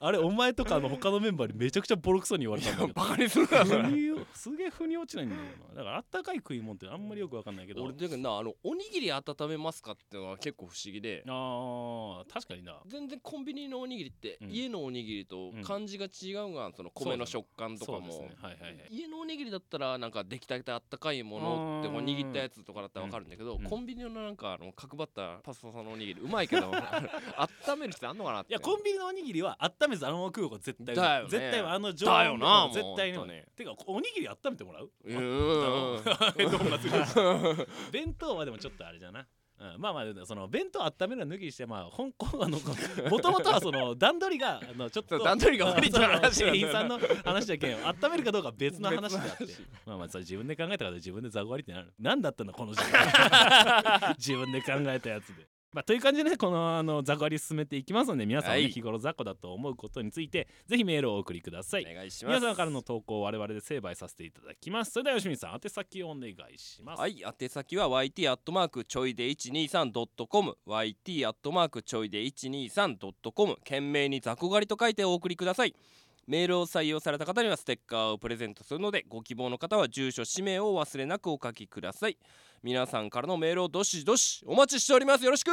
B: あれお前とかの他のメンバーにめちゃくちゃボロクソに言われたんだけど
A: バカにするなそれ
B: 腑に落すげえ腑に落ちないんだよなだからあったかい食い物ってあんまりよくわかんないけど
A: 俺だけどなあのおにぎり温めますかってのは結構不思議で
B: あー確かにな
A: 全然コンビニのおにぎりって
B: うん
A: 家のおにぎりと
B: うん
A: 感じが違うがその米の食感とか
B: そうです
A: も
B: ねはいはいはい
A: 家のおにぎりだったらなんか出来たてあったかいものって
B: うん
A: おにぎったやつとかだったらわかるんだけど
B: うん
A: コンビニのなんかあの角張ったパスタさんのおにぎりうまいけ ど温める必要あんのかなって
B: いやコンビニのおにぎりは温めずあのまま食う方が絶対うまい
A: だよね
B: 絶対あの常
A: だよ
B: 温
A: なもう
B: 絶対にう
A: ほ
B: まい
A: んとね
B: てかおにぎり温めてもらう
A: うーん
B: え どうなってる弁当はでもちょっとあれじゃな。うん、まあまあでもその弁当温めるのは抜きにしてまあ香港あのもともとはその段取りがあのちょっ
A: そ
B: と
A: う段取りが悪いって話なんだよ
B: あの店員さんの話だけん温めるかどうかは別の話であってまあまあそれ自分で考えたから自分でザゴ割りってなる何だったのこの時 間自分で考えたやつで。まあ、という感じでねこのあのザコ割り進めていきますので皆さんもね、
A: はい
B: 日頃ザコだと思うことについてぜひメールをお送りください
A: お。願いします
B: 皆さんからの投稿を我々で成敗させていただきますそれでは吉見さん宛先をお願いします
A: はい宛先は YT アットマークちょいで 123.com YT アットマークちょいで 123.com 懸命に雑魚狩りと書いてお送りくださいメールを採用された方にはステッカーをプレゼントするのでご希望の方は住所氏名を忘れなくお書きください皆さんからのメールをどしどしお待ちしておりますよろしく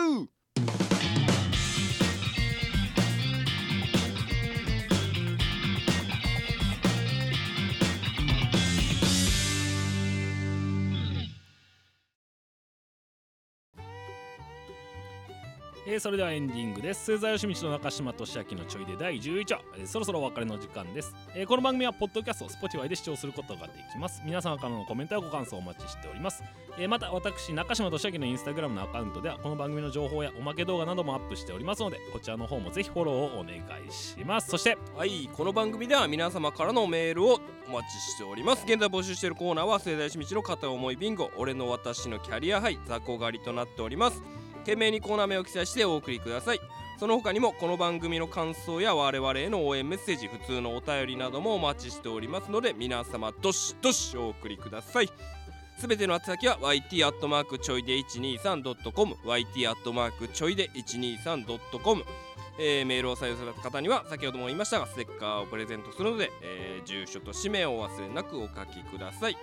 B: えーそれではエンディングです末澤義道の中島俊明のちょいで第11話、えーそろそろお別れの時間です、えーこの番組はポッドキャスト Spotify で視聴することができます皆様からのコメントやご感想をお待ちしております、えーまた私中島俊明のインスタグラムのアカウントではこの番組の情報やおまけ動画などもアップしておりますのでこちらの方もぜひフォローをお願いしますそして
A: はいこの番組では皆様からのメールをお待ちしております現在募集しているコーナーは盛大しみちの片思いビンゴ俺の私のキャリアハイ雑魚狩りとなっております懸命にコーナー名を記載してお送りくださいその他にもこの番組の感想や我々への応援メッセージ普通のお便りなどもお待ちしておりますので皆様どしどしお送りくださいすべての宛先は YT アットマークちょいで 123.com YT アットマークちょいで 123.com えーメールを採用された方には先ほども言いましたがステッカーをプレゼントするので、えー住所と氏名をお忘れなくお書きください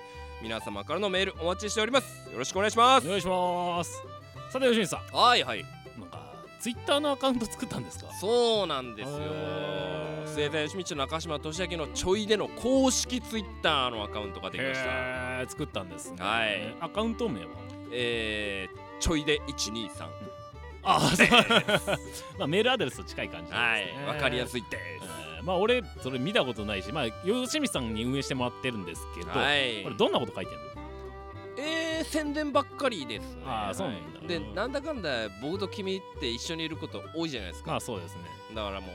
A: 皆様からのメールお待ちしておりますよろしくお願いしま
B: お
A: す
B: 願いしますさて吉見さん
A: はいはい
B: なんかツイッターのアカウント作ったんですか
A: そうなんですよ
B: へー
A: 末田義道の中島俊明のちょいでの公式ツイッターのアカウントができました
B: へー作ったんですね、
A: はい
B: アカウント名は
A: えー、ちょいで123
B: ああ まあメールアドレスと近い感じなん
A: は
B: です
A: い
B: ね
A: わかりやす
B: い
A: いです
B: まあ俺それ見たことないしまあ吉見さんに運営してもらってるんですけど、
A: はい
B: これどんなこと書いてるの
A: えー、宣伝ばっかりですね
B: あーそうなんだ
A: はいでなんだかんだ僕と君って一緒にいること多いじゃないですか
B: まあそうですね
A: だからも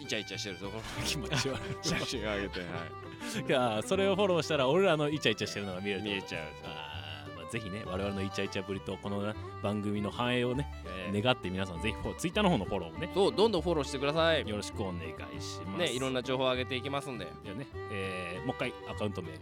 A: うイチャイチャしてるところ
B: 気持ち 悪い
A: 写真上げ て、はい
B: やそれをフォローしたら俺らのイチャイチャしてるのが見える
A: 見えちゃう
B: あーまあぜひね我々のイチャイチャぶりとこのな番組の繁栄をね、
A: えー
B: 願って皆さんぜひフォローツイッターの方のフォローもね
A: そうどんどんフォローしてください
B: よろしくお願いします
A: ねいろんな情報を上げていきますんで
B: じゃあね、えーもう一回アカウント名が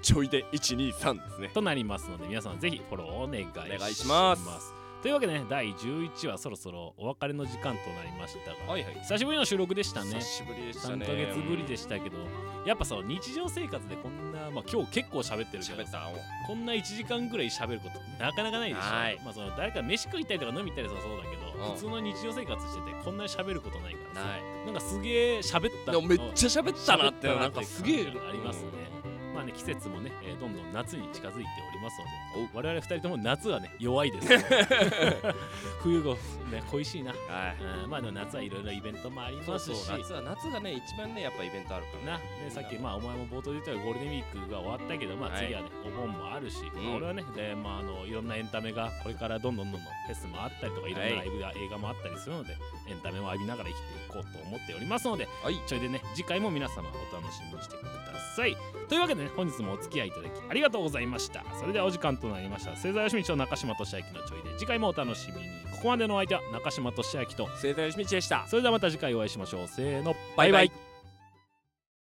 A: ちょいで123ですね
B: となりますので皆さんぜひフォローをお願いします
A: お願いします
B: というわけでね第11話そろそろお別れの時間となりましたが、
A: はいはい
B: 久しぶりの収録でしたね
A: 久しぶりでした
B: 3
A: ね
B: ヶ月ぶりでしたけどやっぱその日常生活でこんな、まあ、今日結構喋ってるけど
A: 喋ったもう
B: こんな1時間ぐらい喋ることなかなかないでしょ
A: はい
B: まあ、その誰か飯食いたいとか飲み行ったりとかそうだけど
A: うん
B: 普通の日常生活しててこんなに喋ることないからさ
A: ない
B: なんかすげえ喋った
A: でもめっちゃ喋ったなって
B: 喋
A: なんかすげえ
B: 感じがありますね、まあね季節もね、えーどんどん夏に近づいておりますので我々二人とも夏はね弱い です冬がね恋しいな、
A: はい
B: うん、まあでも夏はいろいろイベントもあり
A: そ
B: ま
A: うそ
B: す
A: う
B: し
A: 夏は夏がね一番ねやっぱイベントあるから
B: なね、さっき、まあ、お前も冒頭で言ったようにゴールデンウィークが終わったけど、まあ、
A: はい
B: 次はね、お盆もあるし、
A: ん
B: まあ俺はねで、まああの、いろんなエンタメがこれからどんどんどんどんフェスもあったりとかいろんなライブや映画もあったりするので、エンタメを浴びながら生きていこうと思っておりますので、
A: はい
B: ちょいでね、次回も皆様お楽しみにしてください。というわけでね、本日もお付き合いいただきありがとうございました。それではお時間となりました。星座よしみちと中島俊明のちょいで、次回もお楽しみに。ここまでのお相手は中島俊明と、
A: 生態よしみちでした
B: それではまた次回お会いしましょう。せーの、
A: バイバイ
B: バイ